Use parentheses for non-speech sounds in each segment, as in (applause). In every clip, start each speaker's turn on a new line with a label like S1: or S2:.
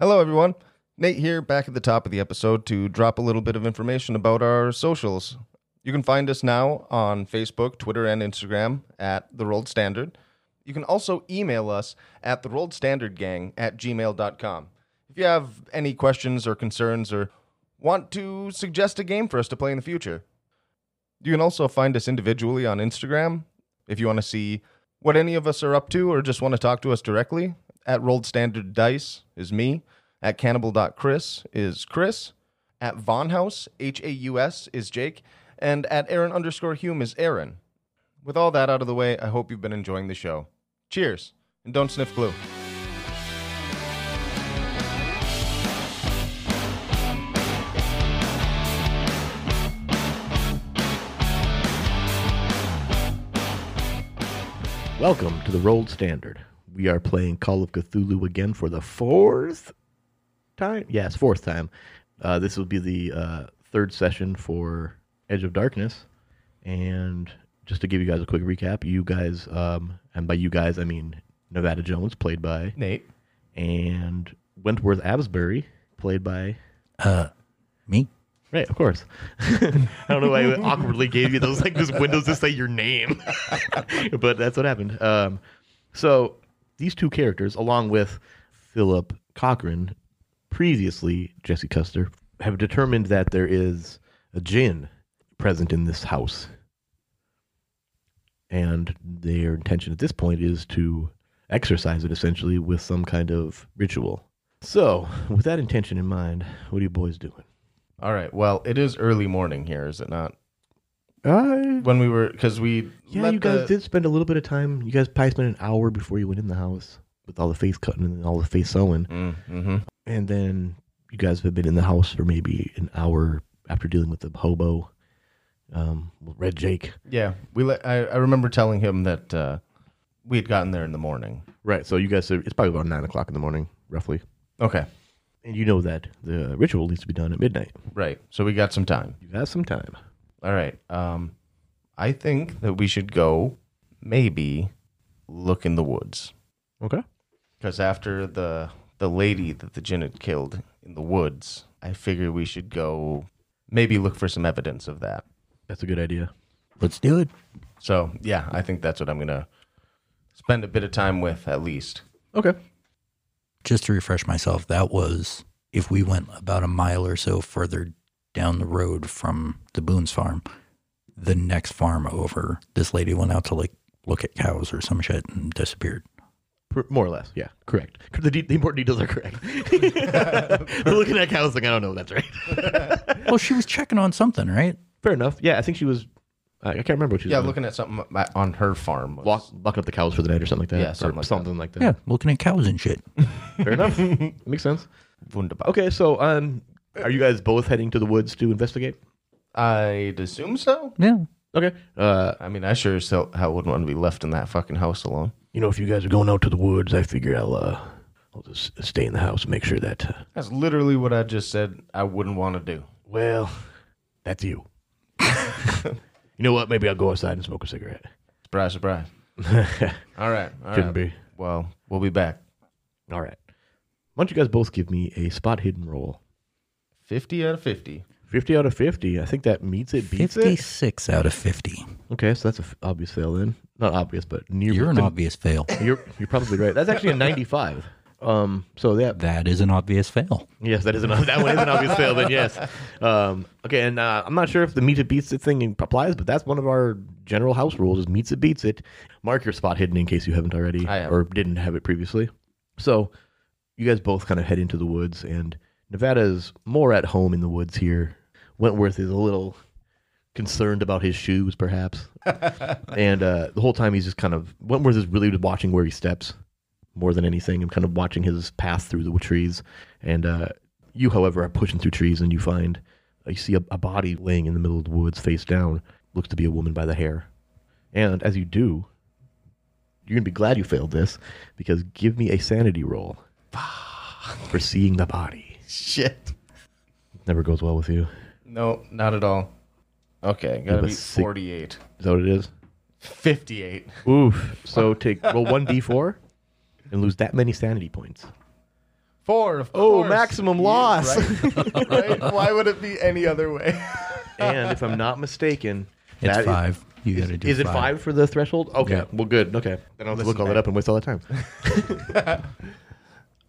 S1: Hello, everyone. Nate here, back at the top of the episode to drop a little bit of information about our socials. You can find us now on Facebook, Twitter, and Instagram at The Rolled Standard. You can also email us at The Rolled Standard Gang at gmail.com. If you have any questions or concerns or want to suggest a game for us to play in the future, you can also find us individually on Instagram if you want to see what any of us are up to or just want to talk to us directly. At Rolled Standard Dice is me. At Cannibal.Chris is Chris. At Vonhouse, H A U S, is Jake. And at Aaron underscore Hume is Aaron. With all that out of the way, I hope you've been enjoying the show. Cheers, and don't sniff glue.
S2: Welcome to the Rolled Standard. We are playing Call of Cthulhu again for the fourth time. Yes, fourth time. Uh, this will be the uh, third session for Edge of Darkness. And just to give you guys a quick recap, you guys, um, and by you guys, I mean Nevada Jones, played by,
S1: Nate.
S2: and Wentworth Absbury, played by
S3: Me?
S2: Right, of course. (laughs) I don't know why I awkwardly gave you those like those windows to say your name, (laughs) but that's what happened. Um, so these two characters, along with Philip Cochran, previously Jesse Custer, have determined that there is a djinn present in this house, and their intention at this point is to exorcise it essentially with some kind of ritual. So, with that intention in mind, what are you boys doing?
S1: All right. Well, it is early morning here, is it not?
S2: I
S1: When we were, because we
S2: Yeah,
S1: let
S2: you guys
S1: the-
S2: did spend a little bit of time. You guys probably spent an hour before you went in the house with all the face cutting and all the face sewing.
S1: Mm, mhm.
S2: And then you guys have been in the house for maybe an hour after dealing with the hobo, um, Red Jake.
S1: Yeah, we. Let, I, I remember telling him that uh, we had gotten there in the morning.
S2: Right. So you guys, are, it's probably about nine o'clock in the morning, roughly.
S1: Okay,
S2: And you know that the ritual needs to be done at midnight.
S1: right. So we got some time.
S2: You have some time.
S1: All right. Um, I think that we should go, maybe, look in the woods
S2: Okay.
S1: because after the the lady that the djinn had killed in the woods, I figure we should go, maybe look for some evidence of that.
S2: That's a good idea.
S3: Let's do it.
S1: So yeah, I think that's what I'm gonna spend a bit of time with at least.
S2: Okay.
S3: Just to refresh myself, that was if we went about a mile or so further down the road from the Boone's farm, the next farm over, this lady went out to like look at cows or some shit and disappeared.
S2: Pr- More or less, yeah, correct. The, de- the important details are (laughs) correct. They're looking at housing. I don't know. if That's right.
S3: Well, she was checking on something, right?
S2: Fair enough. Yeah, I think she was. I I can't remember what she was.
S1: Yeah,
S2: doing.
S1: looking at something on her farm. was-
S2: lock, locking up the cows for the night or something like that.
S1: Yeah,
S2: Or
S1: something like that.
S2: something like that.
S3: Yeah, looking at cows and shit.
S2: fair (laughs) enough. Makes sense.
S1: Wunderbar.
S2: Okay, so um, are you guys both heading to the woods to investigate?
S1: I'd assume so.
S3: Yeah.
S2: Okay. Uh,
S1: I mean, I sure as hell hell wouldn't want to be left in that fucking house alone.
S2: you know, if you guys are going out to the woods, I figure I'll uh, I'll just stay in the house and make sure that. Uh,
S1: That's literally what I just said I wouldn't want to do.
S2: well, that's you. (laughs) you know what? Maybe I'll go outside and smoke a cigarette.
S1: Surprise, surprise. All right. all
S2: Couldn't
S1: right.
S2: be.
S1: Well, we'll be back.
S2: All right. Why don't you guys both give me a spot hidden roll?
S1: 50 out of 50.
S2: Fifty out of fifty. I think that meets it. Beats it.
S3: 56 out of 50.
S2: Okay, so that's an f- obvious fail then. Not obvious, but near.
S3: You're an
S2: been-
S3: obvious fail.
S2: You're you're probably right. That's actually a
S3: (laughs)
S2: 95. Um, so that
S3: That is an obvious fail.
S2: yes, that is an that one is an obvious fail. Then yes, um, okay. And uh, I'm not sure if the meets it beats it thing applies, but that's one of our general house rules: is meets it beats it. Mark your spot hidden in case you haven't already
S1: I have.
S2: or didn't have it previously. So you guys both kind of head into the woods, and Nevada is more at home in the woods here. Wentworth is a little concerned about his
S1: (laughs)
S2: shoes, perhaps, and uh, the whole time he's just kind of Wentworth is really watching where he steps more than anything. I'm kind of watching his path through the trees. And uh, you, however, are pushing through trees and you find, uh, you see a, a body laying in the middle of the woods face down. Looks to be a woman by the hair. And as you do, you're going to be glad you failed this because give me a sanity roll for seeing the body.
S1: Shit.
S2: Never goes well with you.
S1: No, not at all. Okay, gotta
S2: but
S1: be
S2: sick-
S1: 48.
S2: Is that what it is?
S1: 58.
S2: Oof. So take, roll 1d4 and lose that many sanity points.
S1: Four. Of
S2: Oh,
S1: course.
S2: maximum
S1: Yeah,
S2: loss.
S1: Right, (laughs) right? Why would it be any other way?
S2: and if I'm not mistaken,
S3: It's
S2: that is-
S3: five. you got to do
S2: Is it five for the threshold? Okay.
S3: Yeah.
S1: (laughs)
S2: Well, good. Okay. Then I'll look all that up and waste all that time. (laughs)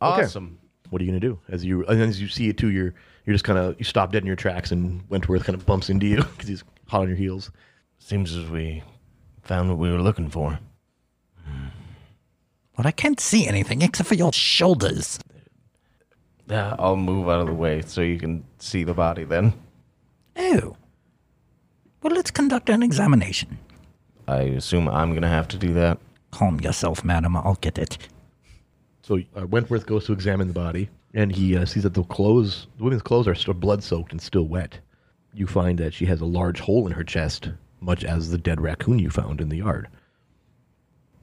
S1: Awesome.
S2: what are you gonna do as you and as you see it too? You're you're just kind of you stop dead in your tracks, and Wentworth kind of bumps into you (laughs) because he's hot on your heels.
S4: Seems as we found what we were looking for.
S3: But I can't see anything except for your shoulders.
S1: Yeah, I'll move out of the way so you can see the body then.
S3: Oh. Well, let's conduct an examination.
S1: I assume I'm going to have to do that.
S3: Calm yourself, madam. I'll get it.
S2: So uh, Wentworth goes to examine the body, and he uh, sees that the clothes, the woman's clothes, are still blood soaked and still wet. You find that she has a large hole in her chest, much as the dead raccoon you found in the yard.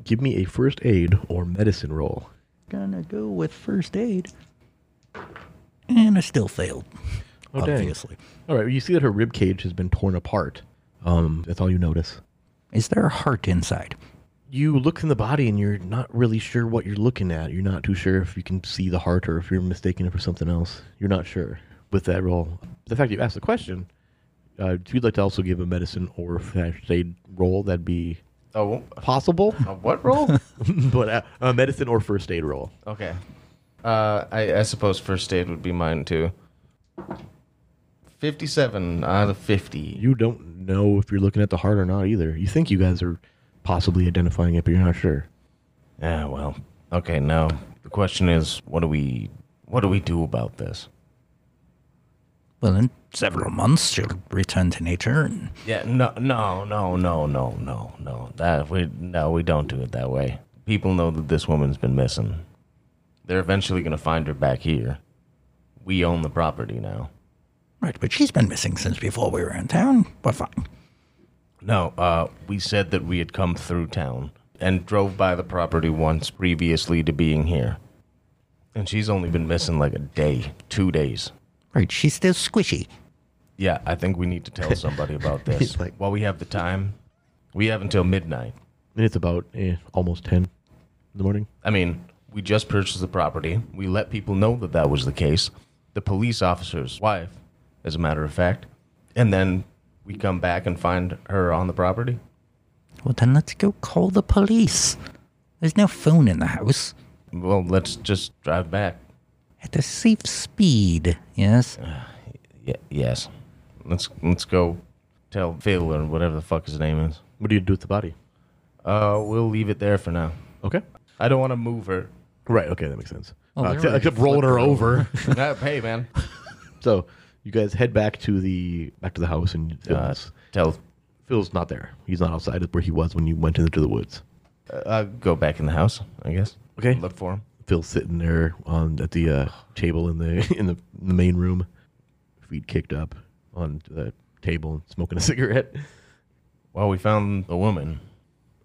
S2: Give me a first aid or medicine roll.
S3: Gonna go with first aid. And I still failed.
S2: Oh, dang.
S3: obviously.
S2: All right, you see that her rib cage has been torn apart. Um, that's all you notice.
S3: Is there a heart inside?
S2: you look in the body and you're not really sure what you're looking at. You're not too sure if you can see the heart or if you're mistaking it for something else. You're not sure with that roll. The fact you asked the question, uh, if you'd like to also give a medicine or first aid roll, that'd be
S1: Oh,
S2: possible.
S1: a what roll?
S2: (laughs) but uh, a medicine or first aid roll.
S1: okay. Uh, I, I suppose first aid would be mine too. 57 out of 50.
S2: You don't know if you're looking at the heart or not either. You think you guys are possibly identifying it, but you're not sure.
S4: Ah, well. Okay, now the question is, what do we, what do we do about this?
S3: Well, in several months, she'll return to nature. And
S4: Yeah, no, no, no, no, no, no, no. That we no, we don't do it that way. People know that this woman's been missing. They're eventually gonna find her back here. We own the property now.
S3: right, but she's been missing since before we were in town. We're fine.
S4: No, uh, we said that we had come
S1: Through town and drove by the property once previously to being here. And she's only been missing like a day, two days.
S3: Right, she's still squishy.
S1: Yeah, I think we need to tell somebody about this.
S2: (laughs) He's like-
S1: While we have the time, we have until midnight.
S2: And it's about eh, almost 10 in the morning.
S1: I mean, we just purchased the property. We let people know that that was the case. The police officer's wife, as a matter of fact. And then we come back and find her on the property.
S3: Well, then let's go call the police. There's no phone in the house.
S1: Well, let's just drive back.
S3: At a safe speed, yes?
S1: Y- yes. Let's let's go tell Phil or whatever the fuck his name is.
S2: What do you do with the body?
S1: Uh, we'll leave it there for now.
S2: Okay.
S1: I don't want to move her.
S2: Right. Okay, that makes sense.
S3: Oh,
S2: Uh,
S3: they're
S2: except,
S3: ready to
S2: except rolling
S3: flip
S2: her (laughs)
S3: her
S2: over.
S1: (laughs) Uh, hey, man.
S2: so you guys head back to the back to the house, and
S1: Uh,
S2: Phil's,
S1: Tell
S2: Phil's not there. He's not outside of where he was when you went into the woods.
S1: uh, go back in the house, I guess.
S2: Okay.
S1: Look for him.
S2: Phil's sitting there on at the uh, table in the (laughs) in the, in the main room, feet kicked up on the table and smoking a (laughs) cigarette.
S1: Well, we found the woman.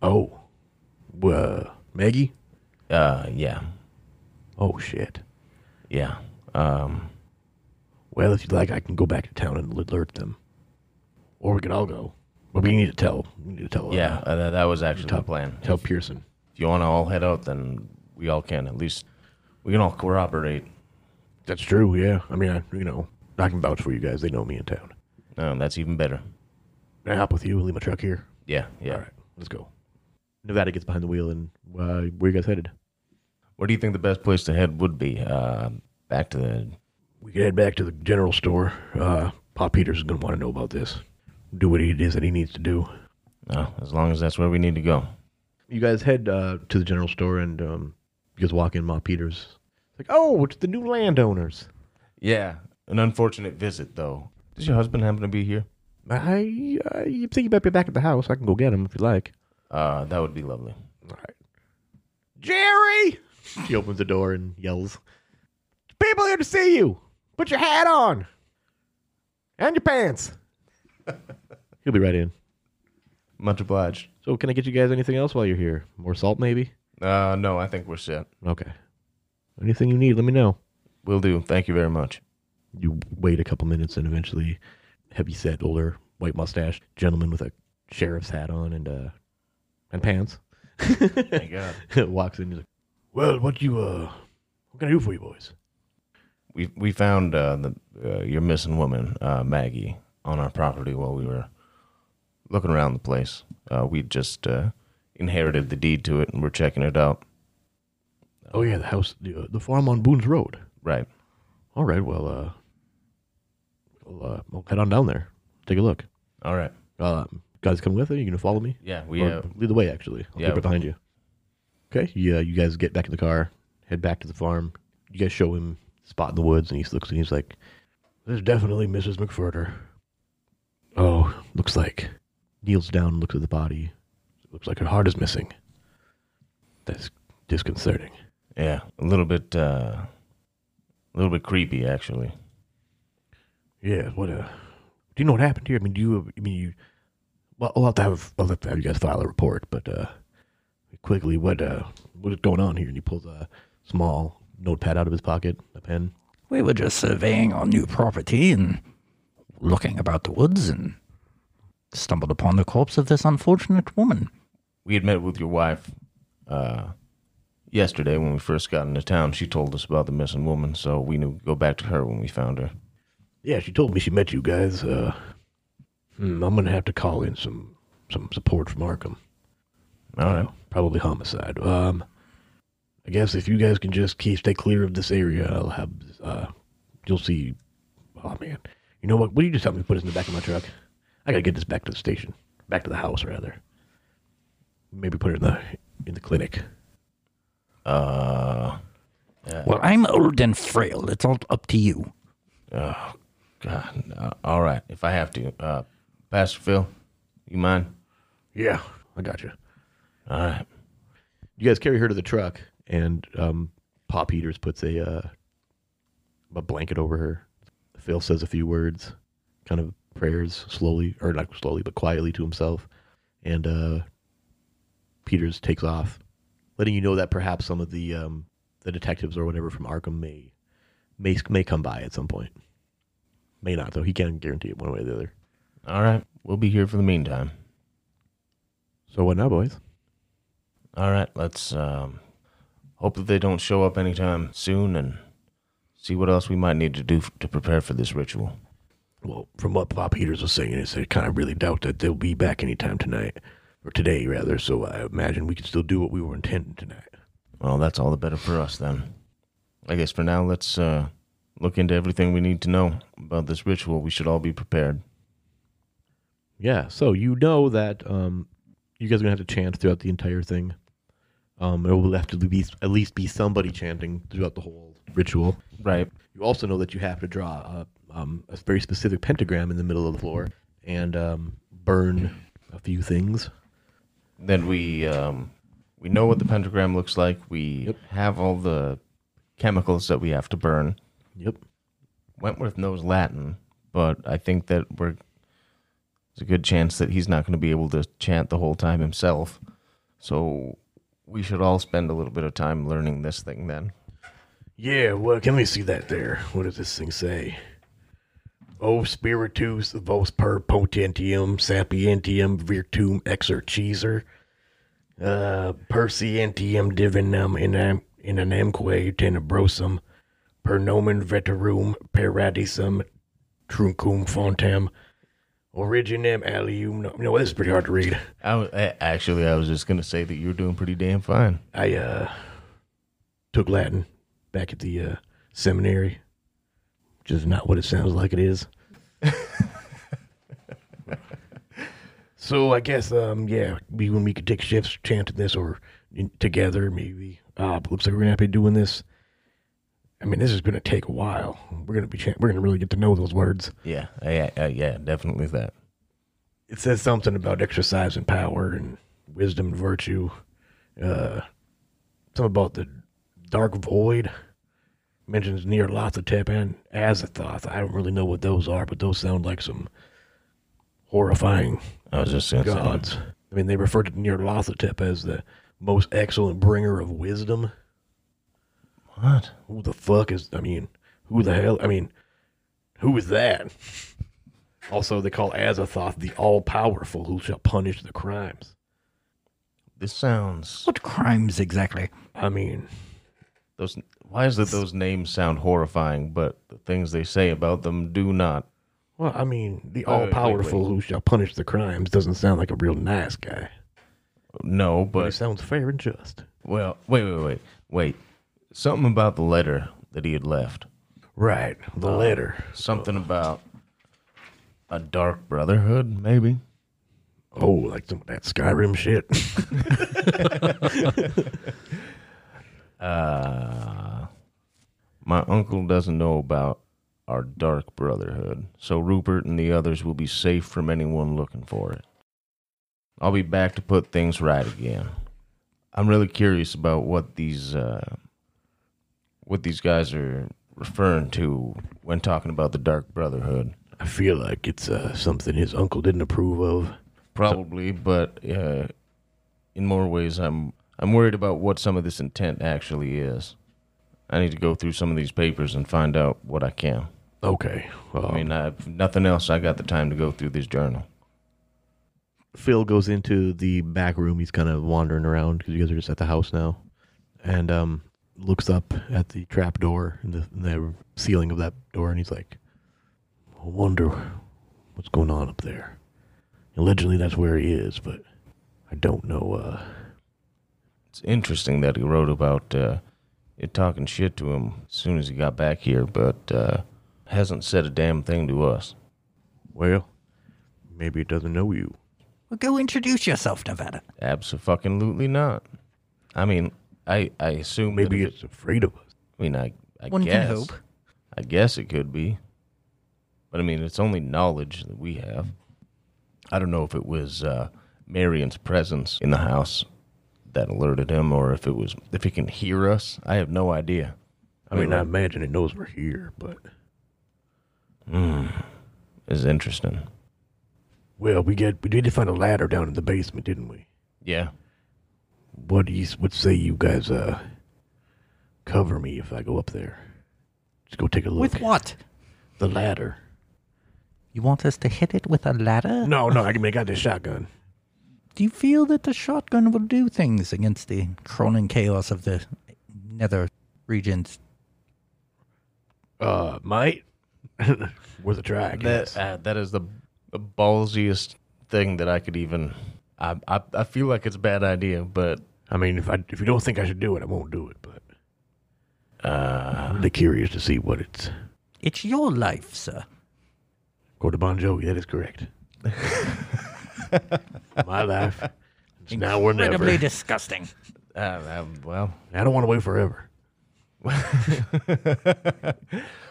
S2: Oh, whoa, Maggie.
S1: Uh, yeah.
S2: Oh shit.
S1: Yeah. Um,
S2: Well, if you'd like, I can go back to town and alert them, or we could all go. But we need to tell. We need to tell. uh,
S1: yeah, uh, that, that was actually the plan.
S2: Tell Pearson.
S1: If you want to all head out, then we all can. At least we can all corroborate.
S2: That's true. Yeah. I mean, I, you know, I can vouch for you guys. They know me in town.
S1: Um, that's even better.
S2: Can I hop with you? Leave my truck here.
S1: Yeah, yeah.
S2: All right, let's go. Nevada gets behind the wheel, and uh, where you guys headed?
S1: Where do you think the best place to head would be? Uh, back to the.
S2: We can head back to the general store. Uh, Pop Peters is gonna want to know about this. Do what it is that he needs to do.
S1: Oh, as long as that's where we need to go.
S2: You guys head uh, to the general store, and um, you guys walk in. Pop Peters, it's like, oh, it's the new landowners.
S1: Yeah. An unfortunate visit, though. Does your husband happen to be here?
S2: I, I you think you better be back at the house. I can go get him if you like.
S1: Uh, that would be lovely.
S2: All right. Jerry! She opens the door and yells, People here to see you! Put your hat on! And your pants! (laughs) He'll be right in.
S1: Much obliged.
S2: So, can I get you guys anything else while you're here? More salt, maybe?
S1: Uh, no, I think we're set.
S2: Okay. Anything you need, let me know.
S1: Will do. Thank you very much.
S2: You wait a couple minutes and eventually, heavy set, older, white mustache gentleman with a sheriff's hat on and, uh, and pants
S1: (laughs)
S2: (laughs)
S1: Thank God.
S2: walks in. He's like, Well, what you, uh, what can I do for you, boys?
S1: we we found uh, the uh, your missing woman, uh, Maggie, on our property while we were looking around the place. Uh, we just uh, inherited the deed to it, and we're checking it out.
S2: Oh yeah, the house, the, uh, the farm on Boone's Road.
S1: Right.
S2: All right, well, uh, we'll, uh, we'll head on down there, take a look.
S1: All right.
S2: Uh, guys, come with. Are you gonna follow me?
S1: Yeah. We.
S2: Or
S1: Uh,
S2: lead the way, actually. I'll
S1: Yeah.
S2: keep right behind you. Okay. Yeah, you guys get back in the car, head back to the farm. You guys show him spot in the woods, and he looks and he's like, "There's definitely Mrs. McFurter." Oh, looks like kneels down and looks at the body. It looks like her heart is missing. That's disconcerting.
S1: yeah. A little bit. Uh, a little bit creepy, actually.
S2: Yeah. What a. Do you know what happened here? I mean, do you? I mean, you. Well, I'll have to have. I'll have to have you guys file a report, but uh, quickly, what uh, what is going on here? And he pulls a small notepad out of his pocket, a pen.
S3: We were just surveying our new property and looking about the woods and stumbled upon the corpse of this unfortunate woman.
S1: we had met with your wife uh, yesterday when we first got into town. She told us about the missing woman, so we knew we'd go back to her when we found her.
S2: Yeah, she told me she met you guys. Uh, hmm, I'm gonna have to call in some some support from Arkham.
S1: All right.
S2: Um, Probably homicide. Um, I guess if you guys can just keep stay clear of this area, I'll have. Uh, you'll see. Oh man, you know what? Will you just help me put this in the back of my truck? I gotta get this back to the station, back to the house rather. Maybe put it in the in the clinic.
S1: Uh,
S3: Well, I'm old and frail. It's all up to you.
S1: oh, God. Uh, all right, if I have to. Uh, Pastor Phil, you mind?
S2: Yeah, I got you.
S1: All right.
S2: You guys carry her to the truck, and um, Pop Peters puts a uh, a blanket over her. Phil says a few words, kind of prayers, slowly or not slowly, but quietly to himself, and uh, Peters takes off, letting you know that perhaps some of the um, the detectives or whatever from Arkham may may may come by at some point. May not though. He can't guarantee it one way or the other.
S1: All right. We'll be here for the meantime.
S2: So what now, boys?
S1: All right. Let's um, hope that they don't show up anytime soon and see what else we might need to do f- to prepare for this ritual.
S2: Well, from what Pop Peters was saying, is I kind of really doubt that they'll be back anytime tonight, or today rather. So I imagine we can still do what we were intending tonight.
S1: Well, that's all the better for us then. I guess for now, let's uh, look into everything we need to know about this ritual. We should all be prepared.
S2: Yeah. So you know that um, you guys are gonna have to chant throughout the entire thing. Um, there will have to be at least be somebody chanting throughout the whole ritual.
S1: Right.
S2: You also know that you have to draw a, um, a very specific pentagram in the middle of the floor and um, burn a few things.
S1: Then we um, we know what the pentagram looks like. We have all the chemicals that we have to burn.
S2: Yep.
S1: Wentworth knows Latin, but I think that we're there's a good chance that he's not going to be able to chant the whole time himself. So we should all spend a little bit of time learning this thing then.
S2: Yeah, well, can we see that there? What does this thing say? O spiritus vos per potentium sapientium virtum exerciser, uh, percientium divinum inam, inanamque tenebrosum, per nomen veterum paradisum truncum fontem, originem alium. No, no, this is pretty hard to read.
S1: I w- a- actually, I was just going to say that you're doing pretty damn fine.
S2: I uh, took Latin back at the uh, seminary, which is not what it sounds like it is. so I guess um, yeah, we when we could take shifts chanting this or in, together maybe. Uh, but looks like we're gonna have to be doing this. I mean, this is gonna take a while. We're gonna be chant- we're gonna really get to know those words.
S1: Yeah, Uh, yeah, yeah, yeah, definitely that.
S2: It says something about exercise and power and wisdom and virtue. Uh, something about the dark void. Mentions near Lothotep and Azathoth. I don't really know what those are, but those sound like some horrifying
S1: I was just going to say.
S2: gods. I mean, they refer to near Lothotep as the most excellent bringer of wisdom.
S1: What?
S2: Who the fuck is? I mean, who the hell? I mean, who is that? (laughs) Also, they call Azathoth the all-powerful, who shall punish the crimes.
S1: This sounds
S3: What crimes exactly?
S2: I mean,
S1: those Why is it those names sound horrifying, but the things they say about them do not?
S2: Well, I mean, the
S1: wait,
S2: all
S1: wait,
S2: powerful
S1: wait.
S2: who shall punish the crimes doesn't sound like a real nice guy.
S1: No,
S2: But it
S1: but
S2: sounds fair and just.
S1: well, wait, wait, wait, wait. Something about the letter that he had left.
S2: Right. The
S1: Uh,
S2: letter.
S1: Something about a dark brotherhood, maybe.
S2: Oh, like some of that Skyrim shit. (laughs)
S1: Uh, my uncle doesn't know about our dark brotherhood, so Rupert and the others will be safe from anyone looking for it. I'll be back to put things right again. I'm really curious about what these uh, what these guys are referring to when talking about the dark brotherhood.
S2: I feel like it's uh, something his uncle didn't approve of.
S1: Probably, but uh, in more ways, I'm I'm worried about what some of this intent actually is. I need to go through some of these papers and find out what I can.
S2: Okay. Well,
S1: I mean, I, if nothing else, I got the time to go through this journal.
S2: Phil goes into the back room. He's kind of wandering around because you guys are just at the house now, and um, looks up at the trap door and the, the ceiling of that door, and he's like, "I wonder what's going on up there." Allegedly, that's where he is, but I don't know. Uh,
S1: It's interesting that he wrote about uh, it talking shit to him as soon as he got back here, but uh, hasn't said a damn thing to us.
S2: well, maybe it doesn't know you.
S3: Well, go introduce yourself, Nevada.
S1: Absolutely not. I mean, I I assume that
S2: Maybe
S1: if it-
S2: it's afraid of us.
S1: I mean, I I
S3: One
S1: guess.
S3: can hope.
S1: I guess it could be. But I mean, it's only knowledge that we have. I don't know if it was uh, Marion's presence in the house that alerted him, or if it was if he can hear us. I have no idea.
S2: I mean, I imagine it knows we're here, but
S1: It's interesting.
S2: well, we get we did find a ladder down in the basement, didn't we?
S1: Yeah.
S2: What do you what say you guys uh cover me if I go up there? Just go take a look.
S3: With what?
S2: The ladder.
S3: You want us to hit it with a ladder?
S2: No, no, I can make out this shotgun.
S3: Do you feel that the shotgun will do things against the Cronin chaos of the nether regions?
S2: Uh might (laughs) worth a try, I guess.
S1: That uh, that is the, the ballsiest thing that I could even. I, I I feel like it's a bad idea, but
S2: I mean if I if you don't think I should do it, I won't do it, but uh I'm really curious to see what it's
S3: It's your life, sir.
S2: go to Bon Jovi, that is
S3: (laughs)
S2: correct. My life. It's now or never.
S3: Incredibly disgusting.
S1: uh, uh, well,
S2: I don't want to wait forever.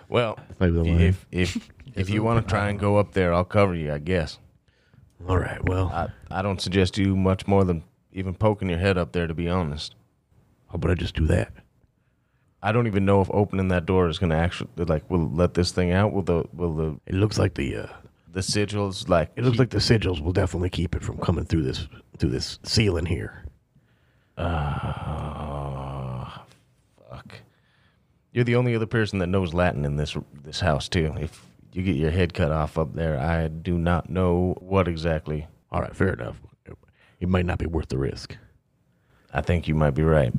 S1: well,
S2: Maybe the line.
S1: if
S2: (laughs)
S1: if if you want to try and go up there, I'll cover you. I guess.
S2: All right, well,
S1: I, I don't suggest you much more than even poking your head up there, to be honest.
S2: how about I just do that?
S1: I don't even know if opening that door is going to actually, like, will let this thing out. Will the, will the,
S2: It looks like the uh
S1: the sigils, like,
S2: It looks like the sigils will definitely keep it from coming through this through this ceiling here.
S1: oh, fuck. You're the only other person that knows Latin in this, this house, too. If you get your head cut off up there, I do not know what exactly.
S2: All right, fair enough. It might not be worth the risk.
S1: I think you might be right.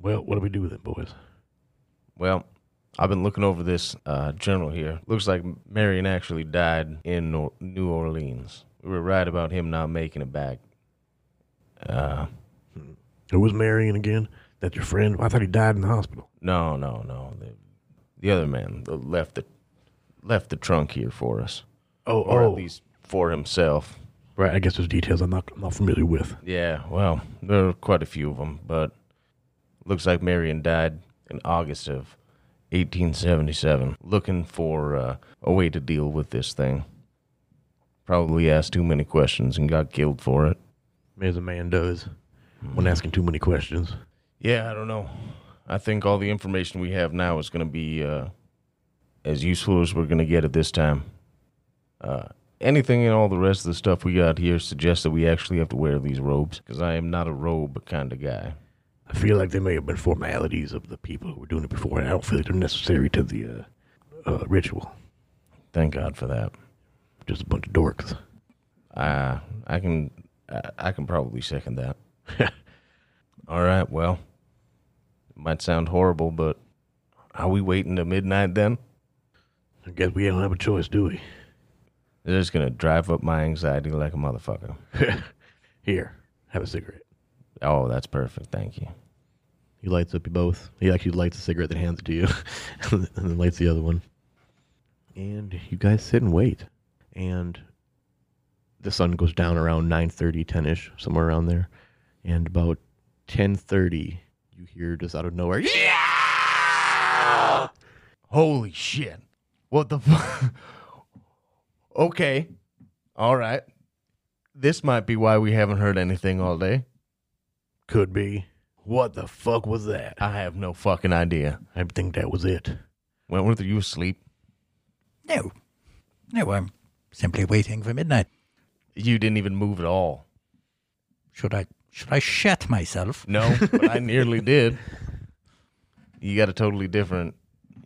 S2: Well, what do we do then, boys?
S1: Well, I've been looking over this uh, journal here. Looks like Marion actually died in Nor- New Orleans. We were right about him not making it back. Uh,
S2: Who was Marion again? That your friend? I thought he died in the hospital.
S1: no, no, no. The, the other man that left the left the trunk here for us,
S2: Oh,
S1: or
S2: oh,
S1: at least for himself.
S2: right. I guess there's details I'm not I'm not familiar with.
S1: Yeah, well, there are quite a few of them, but looks like Marion died in August of 1877, looking for uh, a way to deal with this thing. Probably asked too many questions and got killed for it.
S2: As a man does Hmm. when asking too many questions.
S1: Yeah, I don't know. I think all the information we have now is going to be uh, as useful as we're going to get at this time. Uh, anything and all the rest of the stuff we got here suggests that we actually have to wear these robes because I am not a robe kind of guy.
S2: I feel like they may have been formalities of the people who were doing it before, and I don't feel like they're necessary to the uh, uh, ritual.
S1: Thank God for that.
S2: Just a bunch of dorks.
S1: Uh, I can (laughs) I, I can probably second that. All right, well, Might sound horrible, but are we waiting to midnight then?
S2: I guess we don't have a choice, do we? (laughs)
S1: They're just gonna drive up my anxiety like a motherfucker.
S2: Here, have a cigarette.
S1: Oh, that's perfect. Thank you.
S2: He lights up you both. He actually lights a cigarette that hands it to you, (laughs) and then lights the other one. And you guys sit and wait. And the sun goes down around 9.30, 10-ish, somewhere around there. And about 10.30, you hear just out of nowhere,
S1: Holy shit! What the? Fu- (laughs) okay, all right. This might be why we haven't heard anything all day.
S2: Could be. What the fuck was that?
S1: I have no fucking idea.
S2: I think that was it.
S1: Wentworth, are you asleep?
S3: No. No, I'm simply waiting for midnight.
S1: You didn't even move at all.
S3: Should I should I shat myself?
S1: No, but (laughs) I nearly did. You got a totally different,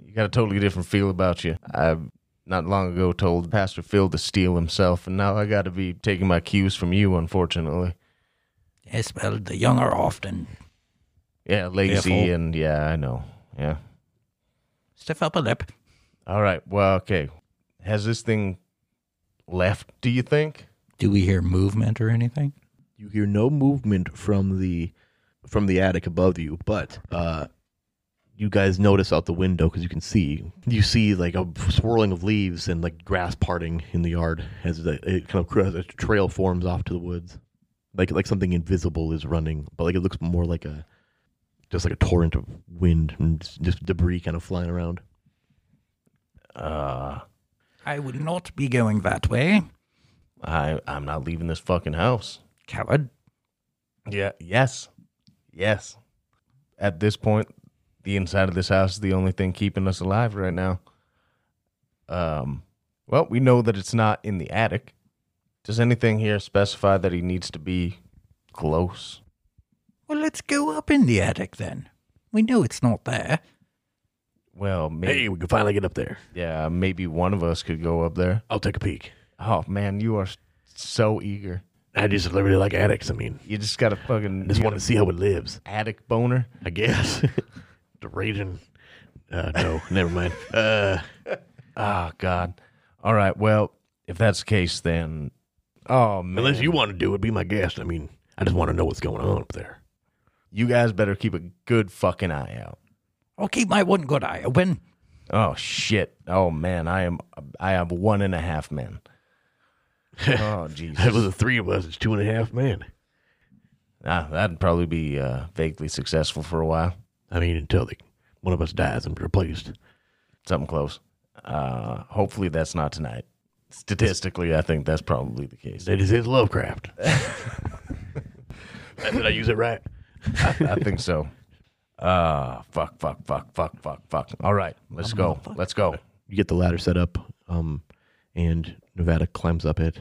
S1: you got a totally different feel about you. I not long ago told Pastor Phil to steal himself, and now I got to be taking my cues from you, unfortunately.
S3: Yes, well, the young are often
S1: Yeah, lazy
S3: Careful.
S1: and yeah, I know. Yeah.
S3: stiff upper lip.
S1: All right. Well, okay. Has this thing left? Do you think?
S3: Do we hear movement or anything?
S2: You hear no movement from the from the attic above you, but uh, you guys notice out the window because you can see you see like a swirling of leaves and like grass parting in the yard as the, it kind of cr- as a trail forms off to the woods, like like something invisible is running, but like it looks more like a just like a torrent of wind and just- just debris kind of flying around.
S1: Uh,
S3: I would not be going that way.
S1: I I'm not leaving this fucking house.
S3: Coward.
S1: Yeah. Yes. Yes. At this point, the inside of this house is the only thing keeping us alive right now. Um. Well, we know that it's not in the attic. Does anything here specify that he needs to be close?
S3: Well, let's go up in the attic then. We know it's not there.
S1: Well, maybe.
S2: Hey, we can finally get up there.
S1: Yeah, maybe one of us could go up there.
S2: I'll take a peek.
S1: Oh man, you are so eager.
S2: I just really like attics. I mean,
S1: You just got a fucking
S2: just
S1: you
S2: want
S1: got
S2: to see how it lives.
S1: an attic boner.
S2: I guess. (laughs) the raging. Uh, no, (laughs) never mind. Uh,
S1: Oh God. All right. Well, if that's the case, then oh man,
S2: unless you want to do it, be my guest. I mean, I just want to know what's going on up there. (laughs)
S1: you guys better keep a good fucking eye out.
S3: I'll keep my one good eye open.
S1: Oh shit. Oh man, I am. I am one and a half (laughs) men. oh
S2: That was
S1: Jesus.
S2: the three of us. It's two and a half man.
S1: Ah, that'd probably be uh, vaguely successful for a while.
S2: I mean, until the, one of us dies and replaced.
S1: Something close. Uh, hopefully that's not tonight. Statistically, I think that's probably the case.
S2: That is his Lovecraft. (laughs) Did I use it right?
S1: I think so. Uh fuck, fuck, fuck, fuck, fuck, fuck. All right, let's go. Let's go.
S2: You get the ladder set up, um, and Nevada climbs up it,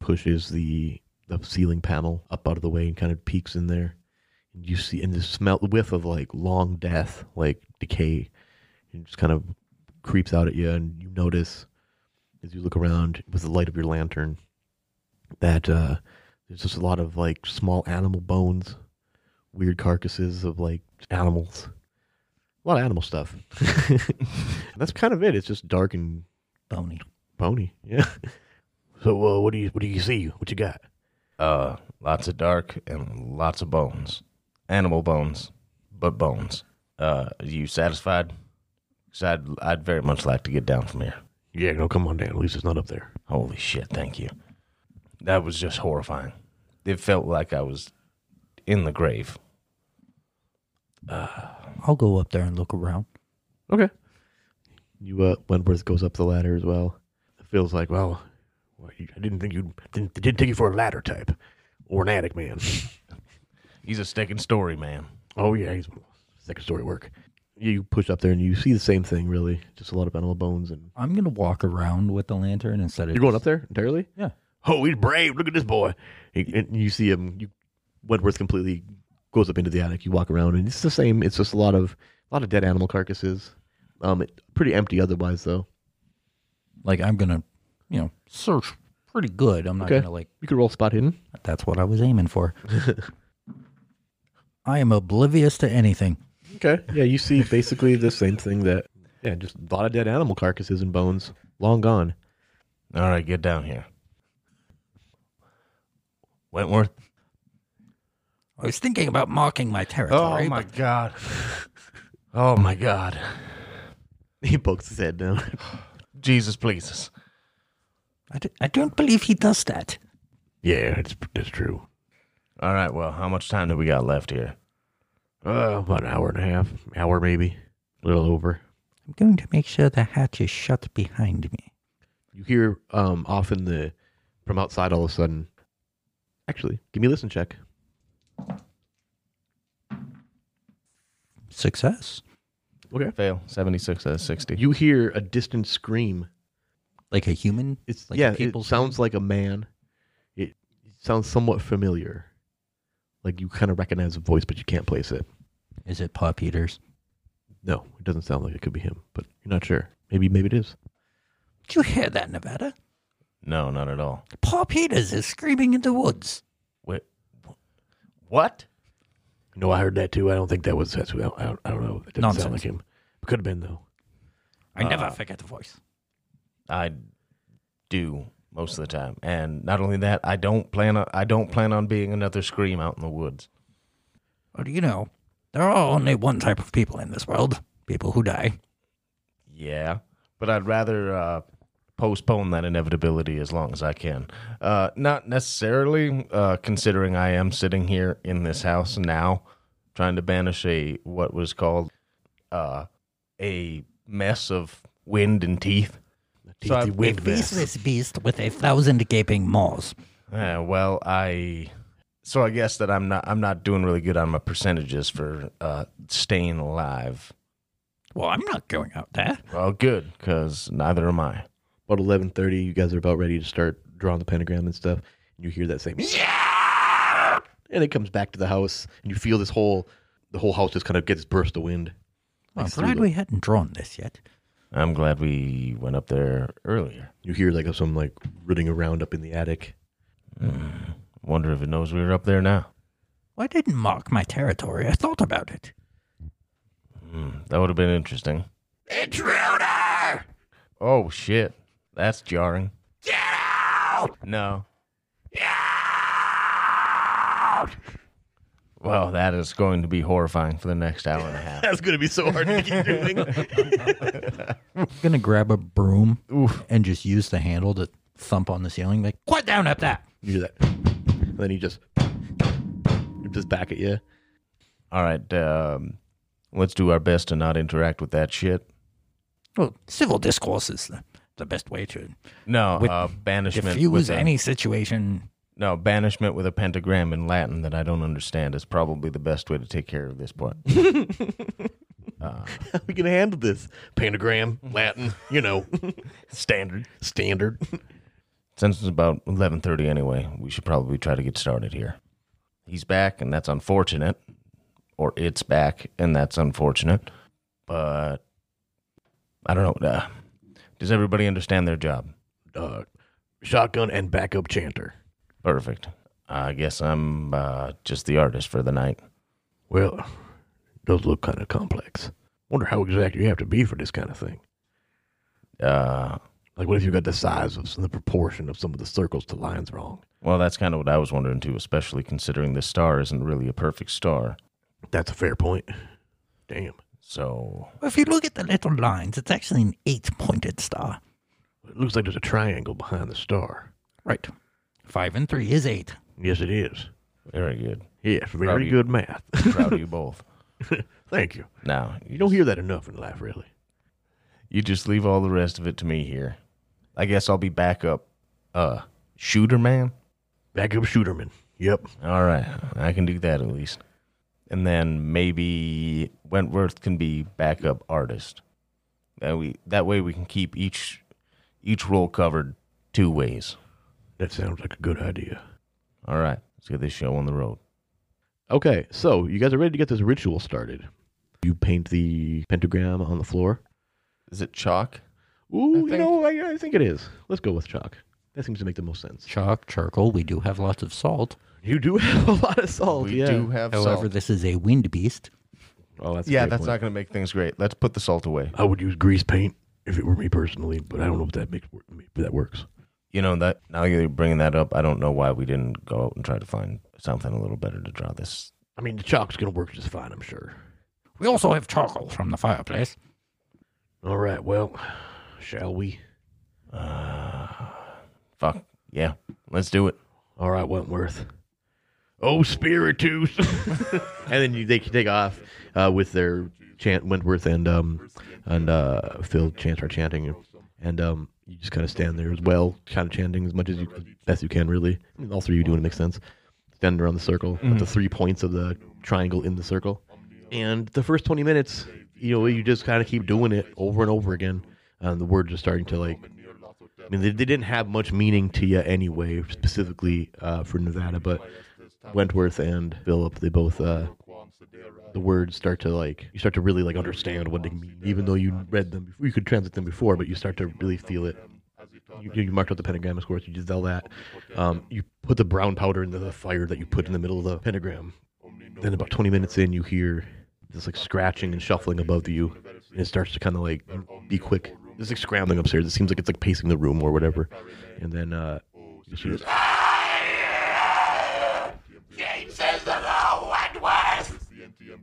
S2: pushes the the ceiling panel up out of the way, and kind of peeks in there. And you see, and the smell, the whiff of like long death, like decay, and just kind of creeps out at you. And you notice as you look around with the light of your lantern that uh, there's just a lot of like small animal bones, weird carcasses of like animals, a lot of animal stuff. (laughs) That's kind of it. It's just dark and
S3: Bony.
S2: bony. Yeah. (laughs) So uh, what do you what do you see? What you got?
S1: Uh lots of dark and lots of bones. Animal bones, but bones. Uh are you satisfied? Cuz I'd I'd very much like to get down from here.
S2: Yeah, no, come on down. At least it's not up there.
S1: Holy shit, thank you. That was just horrifying. It felt like I was in the grave.
S3: I'll go up there and look around.
S2: Okay. You uh, Wentworth goes up the ladder as well. It feels like well, well you, I didn't think you didn't, didn't take you for a ladder type or an attic (laughs) man.
S1: He's a sticking story, man.
S2: oh yeah, he's second story work. You push up there and you see the same thing really, just a lot of animal bones and.
S3: I'm going to walk around with the lantern instead of.
S2: You're going up there entirely?
S3: Yeah.
S2: Oh, he's brave. Look at this boy. And- And you see him. You, Wentworth completely goes up into the attic. You walk around, and it's the same. It's just a lot of a lot of dead animal carcasses. Um, it, pretty empty otherwise, though.
S3: Like, I'm going to, you know, search pretty good. I'm not
S2: Okay.
S3: going to, like,
S2: You could roll spot hidden.
S3: that's what I was aiming for. I am oblivious to anything.
S2: Okay. Yeah, you see basically the same thing that yeah, just a lot of dead animal carcasses and bones, long gone.
S1: All right, get down here. Wentworth.
S3: I was thinking about mocking my territory. but
S1: Oh, god. Oh my god.
S2: (laughs) He pokes his head down.
S1: Jesus pleases.
S3: I, d- I don't believe he does that.
S2: yeah, it's that's true.
S1: All right, well, how much time do we got left here?
S2: (laughs) Uh, about an hour and a half, hour maybe, a little over.
S3: I'm going to make sure the hatch is shut behind me.
S2: You hear um off in the from outside all of a sudden. Actually, give me a listen check.
S3: Success.
S2: Okay.
S1: Fail. 76 out of 60.
S2: You hear a distant scream.
S3: Like a human?
S2: It's
S3: Like
S2: yeah,
S3: a
S2: it
S3: people-
S2: sounds like a man. It sounds somewhat familiar. Like you kind of recognize the voice, but you can't place it.
S3: Is it Paw Peters?
S2: No, it doesn't sound like it could be him, but you're not sure. Maybe maybe it is.
S3: Did you hear that, Nevada?
S1: no, not at all.
S3: Paw Peters is screaming in the woods.
S1: Wait. wh- What?
S2: No, I heard that too. I don't think that was that's who I don't, I don't know. It doesn't
S3: Nonsense.
S2: sound like him. It could have been though.
S3: I never forget the voice.
S1: I do most of the time. And not only that, I don't plan on I don't plan on being another scream out in the woods.
S3: Or do you know, there are only one type of people in this world people who die.
S1: Yeah, but I'd rather uh, postpone that inevitability as long as I can. Uh, not necessarily, uh, considering I am sitting here in this house now, trying to banish a what was called uh, a mess of wind and teeth. So I-
S2: Teethy wind vest.
S3: beast with a thousand gaping maws.
S1: Uh, well, I so I guess that I'm not I'm not doing really good on my percentages for uh, staying alive.
S3: Well, I'm not going out there.
S1: Well, good because neither am I.
S2: about eleven thirty, you guys are about ready to start drawing the pentagram and stuff, and you hear that same yeah, and it comes back to the house, and you feel this whole the whole house just kind of gets burst of wind.
S3: I'm
S2: Like
S3: glad
S2: through
S3: we hadn't drawn this yet.
S1: I'm glad we went up there earlier.
S2: the- You hear like some like rooting around up in the attic. (laughs)
S1: Wonder if it knows we were up there now.
S3: Why didn't mark my territory? I thought about it.
S1: That would have been interesting.
S3: Intruder!
S1: Oh shit, that's jarring.
S3: Get out!
S1: No,
S3: Get out!
S1: well, that is going to be horrifying for the next hour and a half. (laughs)
S2: That's gonna be so hard to keep doing.
S3: I'm gonna grab a broom and just use the handle to thump on the ceiling. Like, quit down up there!
S2: you hear that, and then he just just back at you.
S1: All right, um, let's do our best to not interact with that shit.
S3: Well, civil discourse is the, the best way to
S1: No,
S3: With-
S1: uh, banishment
S3: diffuse
S1: with a,
S3: any situation.
S1: no banishment with a pentagram in Latin that I don't understand is probably the best way to take care of this
S3: (laughs)
S1: part.
S2: (laughs) How we gonna handle this? Pentagram, Latin, you know, (laughs)
S1: Standard.
S2: standard. (laughs)
S1: Since it's about eleven thirty anyway, we should probably try to get started here. He's back, and that's unfortunate, or it's back, and that's unfortunate. But I don't know. Uh, does everybody understand their job?
S2: Uh, shotgun and backup chanter.
S1: Perfect. I guess I'm uh, just the artist for the night.
S2: Well, it does look kind of complex. Wonder how exact you have to be for this kind of thing.
S1: Uh,
S2: Like, what if you got the size of the proportion of some of the circles to lines wrong?
S1: well, that's kind of what I was wondering too, especially considering this star isn't really a perfect star.
S2: That's a fair point. Damn,
S1: So
S3: Well, if you look at the little lines, it's actually an eight pointed star.
S2: it looks like there's a triangle behind the star.
S3: Right. Five and three is eight.
S2: Yes, it is.
S1: very good.
S2: Yes, very
S1: Proud of you.
S2: good math. (laughs)
S1: Proud of you both.
S2: Thank you.
S1: Now
S2: You don't hear that enough in life, really.
S1: You just leave all the rest of it to me here. I guess I'll be backup. Uh, shooter man.
S2: Backup shooterman. Yep.
S1: All right, I can do that at least. And then maybe Wentworth can be backup artist. That we that way we can keep each each role covered two ways.
S2: That sounds like a good idea.
S1: All right, let's get this show on the road.
S2: Okay, so you guys are ready to get this ritual started. You paint the pentagram on the floor.
S5: Is it chalk?
S2: Ooh, you
S5: think-
S2: know, I, I think it is. Let's go with chalk. That seems to make the most sense.
S3: Chalk, charcoal, we do have lots of salt.
S2: You do have (laughs) a lot of salt.
S5: We
S2: yeah.
S5: do have
S3: However,
S5: salt.
S3: this is a wind beast.
S2: Oh, that's a
S5: yeah,
S2: great
S5: that's
S2: point.
S5: not going to make things great. Let's put the salt away.
S2: I would use grease paint if it were me personally, but I don't know if that makes wor- if that works.
S1: You know that now you're bringing that up. I don't know why we didn't go out and try to find something a little better to draw this.
S2: I mean, the chalk's gonna work just fine, I'm sure.
S3: We also have charcoal from the fireplace.
S2: All right, well, shall we?
S1: Fuck yeah, let's do it.
S2: All right, Wentworth. Oh, Spiritus! and then you, they take off uh, with their chant. Wentworth and um and uh, Phil chants are chanting, and um you just kind of stand there as well, kind of chanting as much as you best you can, really. I mean, all three of you doing it makes sense. Standing around the circle, with the three points of the triangle in the circle, and the first twenty minutes, you know, you just kind of keep doing it over and over again, and the words are starting to like I mean, they, they didn't have much meaning to you anyway, specifically uh, for Nevada, but Wentworth and Phillip, they both, uh, the words start to like, you start to really like understand what they mean, even though you read them, you could translate them before, but you start to really feel it. You, you marked out the pentagram, of course, you did all that. Um, you put the brown powder into the fire that you put in the middle of the pentagram. Then about 20 minutes in, you hear this like scratching and shuffling above you, and it starts to kind of like be quick. It's like scrambling upstairs. It seems like it's like pacing the room or whatever. And then uh, you just hear this,
S6: James says hello, Wentworth.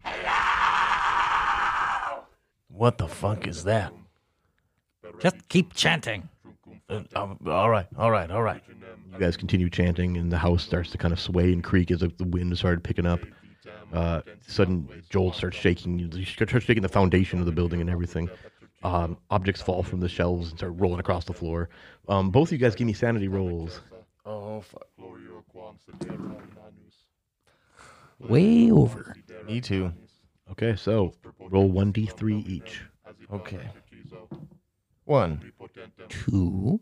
S6: Hello.
S1: What the fuck is that?
S3: Just keep chanting.
S1: Uh, um, all right, all right, all right.
S2: you guys continue chanting, and the house starts to kind of sway and creak as if the wind started picking up. Uh, sudden jolt starts shaking. You start shaking the foundation of the building and everything. Um, objects fall from the shelves and start rolling across the floor. Um, both of you guys give me sanity rolls.
S1: Oh fuck,
S3: Way over.
S1: me too.
S2: Okay, so roll 1d3 each.
S1: Okay,
S5: One.
S3: Two.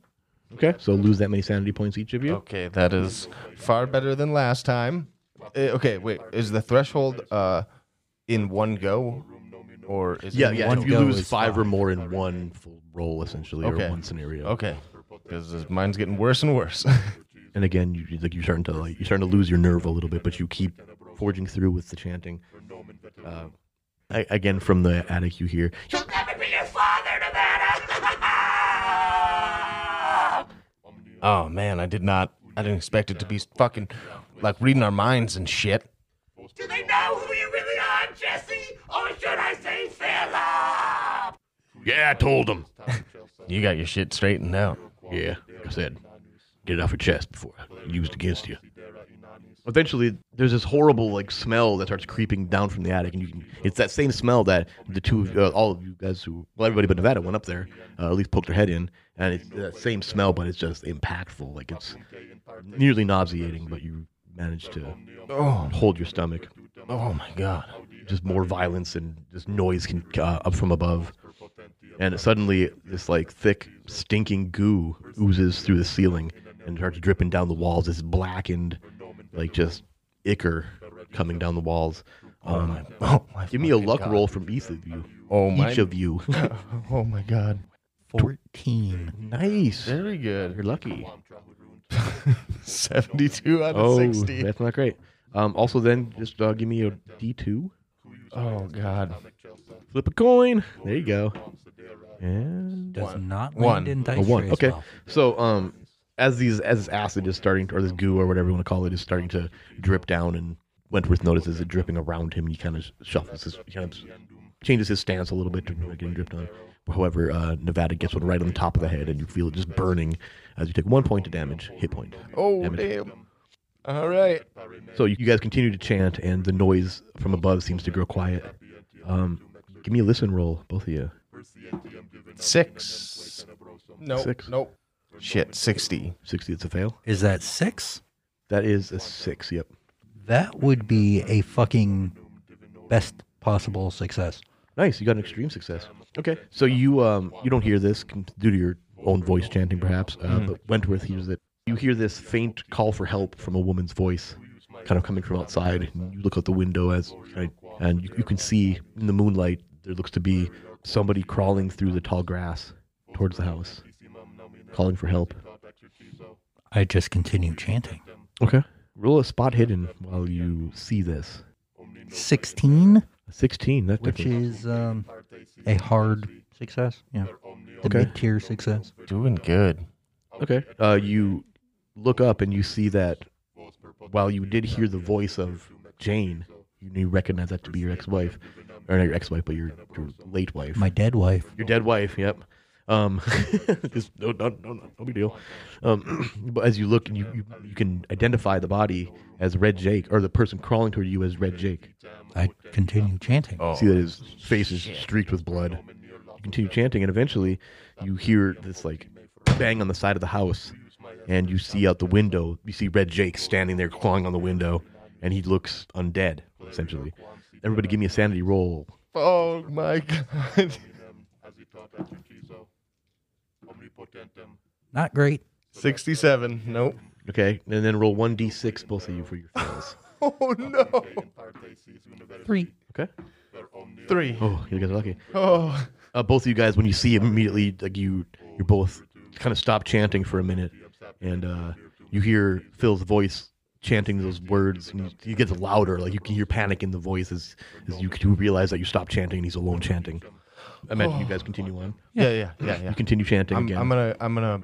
S2: Okay, so lose that many sanity points each of you.
S1: okay, that is
S5: Far better than last time.
S1: Uh,
S5: Eh, okay, wait. Is the threshold uh in one go? Or is it
S2: Yeah,
S5: in
S2: yeah.
S5: one-
S2: If you
S3: go
S2: lose
S3: is
S2: five or more in one full roll, essentially,
S5: Okay.
S2: or one scenario.
S5: Okay. Because mine's getting worse and worse.
S2: And again, you you- like you're starting to like you're starting to lose your nerve a little bit, but you keep forging through with the chanting. Uh, I, again, from the attic, you hear
S6: You'll never be your father, Nevada.
S1: (laughs) Oh man, I did not. I didn't expect it to be fucking like reading our minds and shit.
S6: (laughs) Do they know who you really are, Jesse? Or should I say Philip?
S2: "Yeah, I told him."
S1: You got your shit straightened out.
S2: Yeah, like I said, get it off your chest before I used against you. Eventually, there's this horrible like smell that starts creeping down from the attic, and you can, it's that same smell that the two of uh, all of you guys who well everybody but Nevada went up there uh, at least poked their head in, and it's that same smell, but it's just impactful. Like it's nearly nauseating, but you manage to
S1: Oh,
S2: hold your stomach.
S1: oh my god.
S2: Just more violence and just noise can uh, up from above, and suddenly this like thick stinking goo oozes through the ceiling and starts dripping down the walls. This blackened, like just ichor coming down the walls.
S1: Oh
S2: Um,
S1: my.
S5: (laughs)
S1: Oh my.
S2: give me a
S1: fucking
S2: luck
S1: God.
S2: roll from each of you.
S5: oh my.
S2: Each
S1: (laughs)
S2: of you.
S5: oh my
S2: (laughs)
S5: god.
S3: 14.
S2: nice.
S5: Very good.
S2: You're lucky.
S5: 72 out of
S2: Oh,
S5: 60.
S2: that's not great. Um, also, then just uh, give me a D2.
S5: Oh god.
S2: Flip a coin. There you go. And
S3: Does not land
S5: One.
S3: in dice
S2: A one.
S3: trays
S2: Okay.
S3: well.
S2: So um, as these as this acid is starting to, or this goo or whatever you want to call it is starting to drip down, and Wentworth notices it dripping around him, and he kind of shuffles his, he kind of changes his stance a little bit to not getting dripped on. However, uh, Nevada gets one right on the top of the head, and you feel it just burning as you take one point of damage, hit point.
S5: Oh
S2: Damage.
S5: damn. All right.
S2: So you you guys continue to chant, and the noise from above seems to grow quiet. Um, give me a listen roll, both of you.
S5: Six. Nope.
S2: Six.
S5: Nope. Shit, 60.
S2: 60, it's a fail.
S3: Is that six?
S2: That is a six, yep.
S3: That would be a fucking best possible success.
S2: Nice, you got an extreme success. Okay, so you um you don't hear this con- due to your own voice chanting, perhaps, uh, but Wentworth hears it. You hear this faint call for help from a woman's voice, kind of coming from outside. And you look out the window as, and you, you can see in the moonlight there looks to be somebody crawling through the tall grass towards the house, calling for help.
S3: I just continue chanting.
S2: Okay, roll a spot hidden while you see this.
S3: 16?
S2: 16. That
S3: which
S2: definitely-
S3: is um, a hard success. Yeah, the
S2: Okay.
S3: mid tier success.
S1: Doing good.
S2: Okay. Uh, you look up and you see that while you did hear the voice of Jane, you knew- recognize that to be your ex-wife, or not your ex-wife, but your, your late wife,
S3: My dead wife.
S2: your dead wife. Yep. Um, (laughs) just no, no, no, no, no big deal. Um, (clears throat) but as you look, and you, you you can identify the body as Red Jake, or the person crawling toward you as Red Jake.
S3: I continue chanting.
S1: Oh,
S2: See that his face is streaked with blood. You continue chanting, and eventually you hear this like bang on the side of the house, and you see out the window. You see Red Jake standing there clawing on the window, and he looks undead essentially. Everybody, give me a sanity roll.
S5: Oh my god. (laughs)
S3: Not great.
S5: 67. Nope.
S2: Okay, and then roll one d6 both of you for your fails.
S5: Oh no.
S3: Three.
S2: Okay.
S5: Three.
S2: Oh, you guys are lucky.
S5: Oh.
S2: Uh, both of you guys, when you see him immediately, like you, you both kind of stop chanting for a minute, and uh, you hear Phil's voice chanting those words, and he gets louder. Like you can hear panic in the voice as, as you do realize that you stop chanting and he's alone chanting. I imagine you guys continue on.
S5: Yeah, yeah, yeah, yeah.
S2: You continue chanting
S5: I'm,
S2: again.
S5: I'm gonna I'm gonna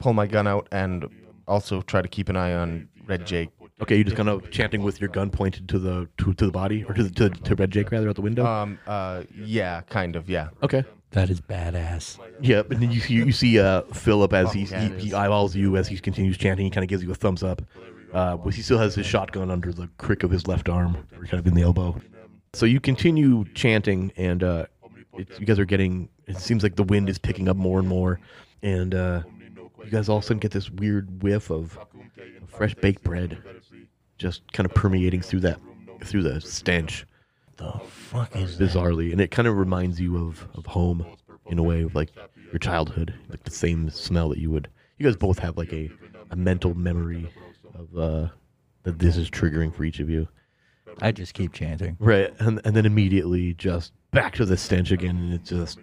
S5: pull my gun out and also try to keep an eye on Red Jake.
S2: okay, you're just kind of chanting with your gun pointed to the to, to the body or to, the, to to Red Jake rather out the window.
S5: Um uh yeah, kind of, yeah.
S2: okay.
S3: That is badass.
S2: Yeah, and then you see, you see uh, Philip as he's, he,
S5: yeah, it
S2: he
S5: is.
S2: eyeballs you as he continues chanting. He kind of gives you a thumbs up, uh, but he still has his shotgun under the crick of his left arm, or kind of in the elbow. So you continue chanting, and uh, it's, you guys are getting. It seems like the wind is picking up more and more, and uh, you guys all of a sudden get this weird whiff of fresh baked bread, just kind of permeating through that through the stench
S1: the fuck is that?
S2: bizarrely, and it kind of reminds you of, of home in a way, of like your childhood, like the same smell that you would. You guys both have like a, a mental memory of uh, that this is triggering for each of you,
S3: I just keep chanting.
S2: right? And and then immediately just back to the stench again, and it's just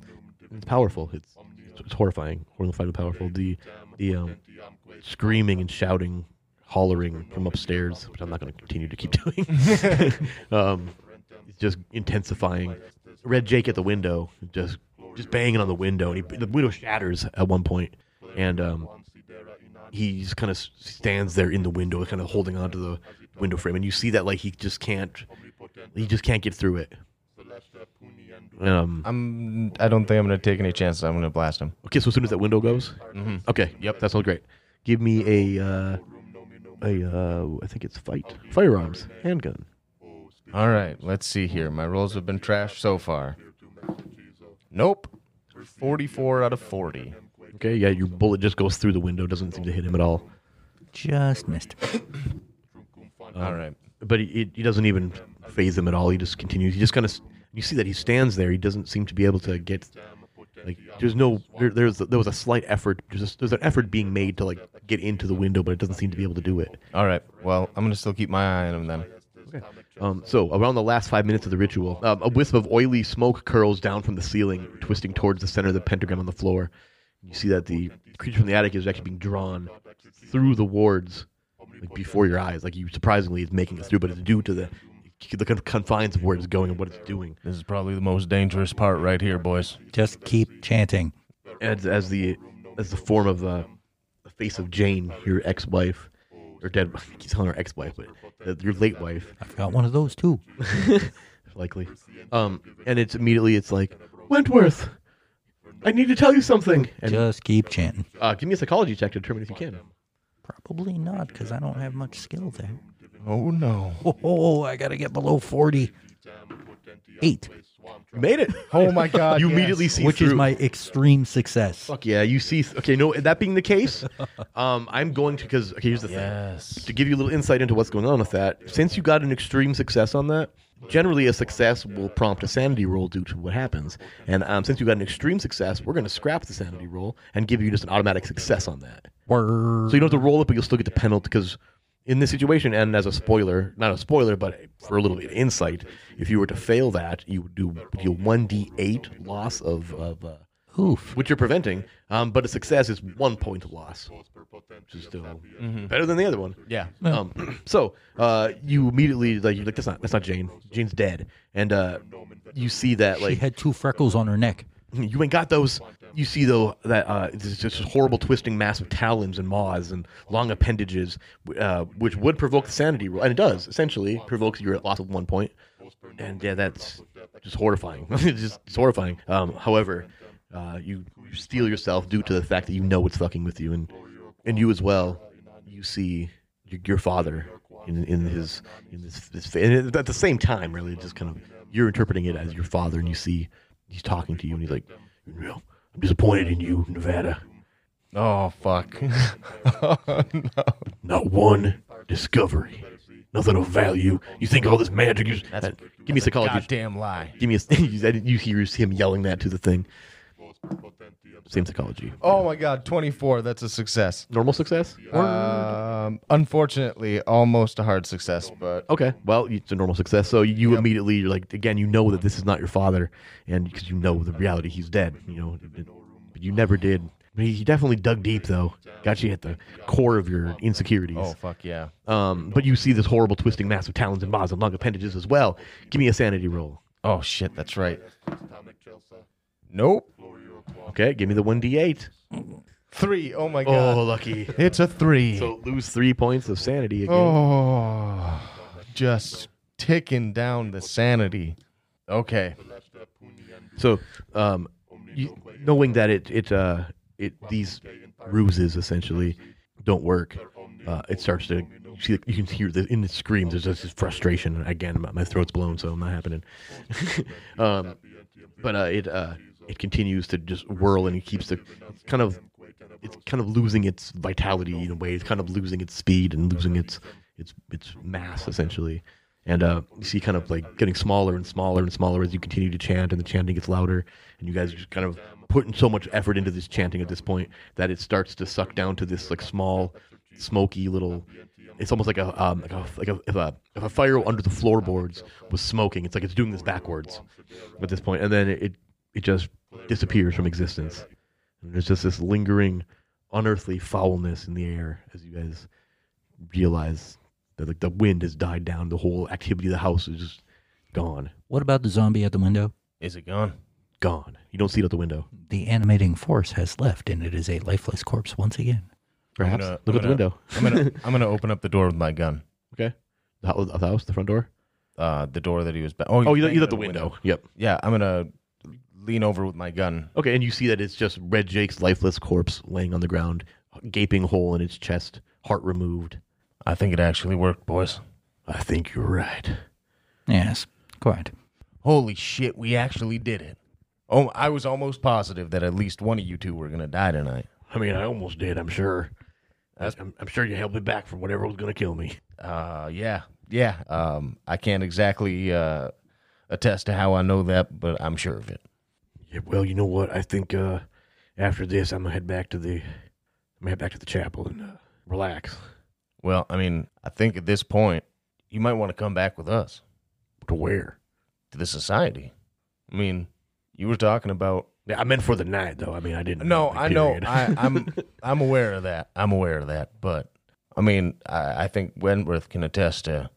S2: it's powerful. It's it's horrifying, horrifyingly powerful. The the um, screaming and shouting, hollering from upstairs, which I'm not going to continue to keep (laughs) doing. um, it's just intensifying. Red Jake at the window, just just banging on the window, and he, the window shatters at one point, and um, he just kind of stands there in the window, kind of holding onto the window frame, and you see that like he just can't, he just can't get through it. Um,
S5: I'm I don't think I'm gonna take any chances. I'm gonna blast him.
S2: okay, so as soon as that window goes, okay, yep, that sounds great. Give me a, uh, a, uh, I think it's fight, firearms, handgun.
S5: All right, let's see here. My rolls have been trashed so far. Nope. 44 out of 40.
S2: Okay, yeah, your bullet just goes through the window, doesn't seem to hit him at all.
S3: Just missed. it.
S2: Um,
S5: All right.
S2: but he- he, he doesn't even phase him at all. He just continues. He just kind of you see that he stands there. He doesn't seem to be able to get like there's no there, there's there was a slight effort. There's, there's an effort being made to like get into the window, but it doesn't seem to be able to do it.
S5: All right. Well, I'm going to still keep my eye on him then.
S2: Um, so around the last five minutes of the ritual, um, a wisp of oily smoke curls down from the ceiling, twisting towards the center of the pentagram on the floor. You see that the creature from the attic is actually being drawn through the wards, like before your eyes. Like you, surprisingly, is making it through, but it's due to the the con- confines of where it's going and what it's doing.
S1: This is probably the most dangerous part right here, boys.
S3: Just keep chanting.
S2: As as the as the form of uh, the face of Jane, your ex-wife, or dead. (laughs) I keep telling her ex-wife, but uh, your late wife.
S3: I've got one of those too.
S2: (laughs) likely. Um, and it's immediately it's like Wentworth, I need to tell you something. And
S3: Just keep chanting.
S2: uh, give me a psychology check to determine if you can.
S3: Probably not, because I don't have much skill there.
S5: Oh, no.
S3: Oh, oh, oh, I gotta get below forty. Eight,
S2: (laughs) You made it.
S5: Oh, my God. (laughs)
S2: you
S5: yes.
S2: immediately see
S3: which is
S2: through-
S3: my extreme success.
S2: fuck yeah. You see. Okay, no. That being the
S3: (laughs)
S2: case, um, I'm going to because okay, here's the thing.
S1: Yes.
S2: to give you a little insight into what's going on with that, since you got an extreme success on that, generally a success will prompt a sanity roll due to what happens. And um, since you got an extreme success, we're going to scrap the sanity roll and give you just an automatic success on that.
S3: Word.
S2: So you don't have to roll it, but you'll still get the penalty because in this situation, and as a spoiler, not a spoiler, but for a little bit of insight, if you were to fail that, you would do you one d eight loss of of uh,
S3: Oof.
S2: which you're preventing. Um, but a success is one point of loss, which is still better than the other one.
S1: Yeah.
S2: Um, (clears throat) so uh, you immediately like you're like that's not that's not Jane. Jane's dead, and uh, you see that
S3: She
S2: like
S3: had two freckles on her neck.
S2: (laughs) you ain't got those. You see though that uh, this is just horrible twisting mass of talons and maws and long appendages, uh, which would provoke the sanity rule, and it does essentially provokes your loss of one point. And yeah, that's just horrifying. (laughs) it's just it's horrifying. Um, however, uh, you you steal yourself due to the fact that you know it's fucking with you, and and you as well. Um, You see your, your father in, in his in this, this and at the same time, really, just kind of you're interpreting it as your father, and you see he's talking to you, and he's like, "No, I'm disappointed in you, Nevada.
S1: Oh
S5: (laughs)
S1: fuck.
S5: Oh,
S2: Not one discovery, nothing of value. You think all this magic is? That- give me psychology.
S1: Goddamn lie.
S2: Give me a. (laughs) you said- you hear him yelling that to the thing. Same psychology.
S5: Oh my god, 24. That's a success.
S2: Normal success.
S5: Um, unfortunately, almost a hard success, but
S2: Okay. Well, it's a normal success. So you immediately, you're like, again, you know that this is not your father, and because you know the reality, he's dead. You know, it- but you never did. But he he definitely dug deep, though. Got you at the core of your insecurities.
S1: Oh fuck yeah.
S2: Um, but you see this horrible twisting mass of talons and maws and long appendages as well. Give me a sanity roll.
S1: Oh shit, that's right. Nope.
S2: Okay, give me the one d8.
S5: three. Oh my god.
S2: Oh, lucky.
S5: It's a three.
S2: So lose three points of sanity again.
S5: oh, just ticking down the sanity.
S1: Okay.
S2: So, um, you, knowing that it it uh it these ruses essentially don't work, uh, it starts to you see you can hear the in the screams. There's just this frustration again. My, my throat's blown, so I'm not happening. (laughs) um, but uh, it uh it continues to just whirl and it keeps the it's kind of it's kind of losing its vitality in a way. It's kind of losing its speed and losing its its its mass essentially. And uh, you see kind of like getting smaller and smaller and smaller as you continue to chant, and the chanting gets louder. And you guys are just kind of putting so much effort into this chanting at this point that it starts to suck down to this like small, smoky little. It's almost like a um, like a like a if, a if a fire under the floorboards was smoking. It's like it's doing this backwards at this point, and then it it just disappears from existence. And there's just this lingering, unearthly foulness in the air as you guys realize that like the wind has died down, the whole activity of the house is just gone,
S3: What about the zombie at the window?
S1: Is it gone?
S2: gone. You don't see it out the window.
S3: The animating force has left, and it is a lifeless corpse once again.
S2: Perhaps
S1: gonna- I'm
S2: look at the
S1: gonna-
S2: window.
S1: I'm gonna (laughs) I'm gonna open up the door with my gun.
S2: Okay, (laughs) the house, the, house, the front door.
S1: Uh, the door that he was. Ba- oh, he
S2: Oh,
S1: was
S2: you
S1: banging
S2: you
S1: on
S2: at the window. Yep.
S1: Yeah, I'm gonna lean over with my gun.
S2: Okay, and you see that it's just Red Jake's lifeless corpse laying on the ground, gaping hole in its chest, heart removed.
S1: I think it actually worked, boys.
S2: I think you're right.
S3: Yes, quite.
S1: Holy shit, we actually did it. Oh, I was almost positive that at least one of you two were gonna die tonight.
S2: I mean, I almost did. I'm sure. I'm, I'm sure you held me back from whatever was going to kill me.
S1: Uh, yeah, yeah. Um, I can't exactly uh attest to how I know that, but I'm sure of it.
S2: Yeah, well, you know what? I think uh, after this, I'm gonna head back to the, I'm gonna head back to the chapel and uh, relax.
S1: Well, I mean, I think at this point, you might want to come back with us
S2: To where?
S1: to the society. I mean, you were talking about
S2: Yeah, I meant for the night, though. I mean, I didn't.
S1: No,
S2: mean the
S1: I know.
S2: period.
S1: I, I'm (laughs) I'm aware of that. I'm aware of that. But I mean, I, I think Wentworth can attest to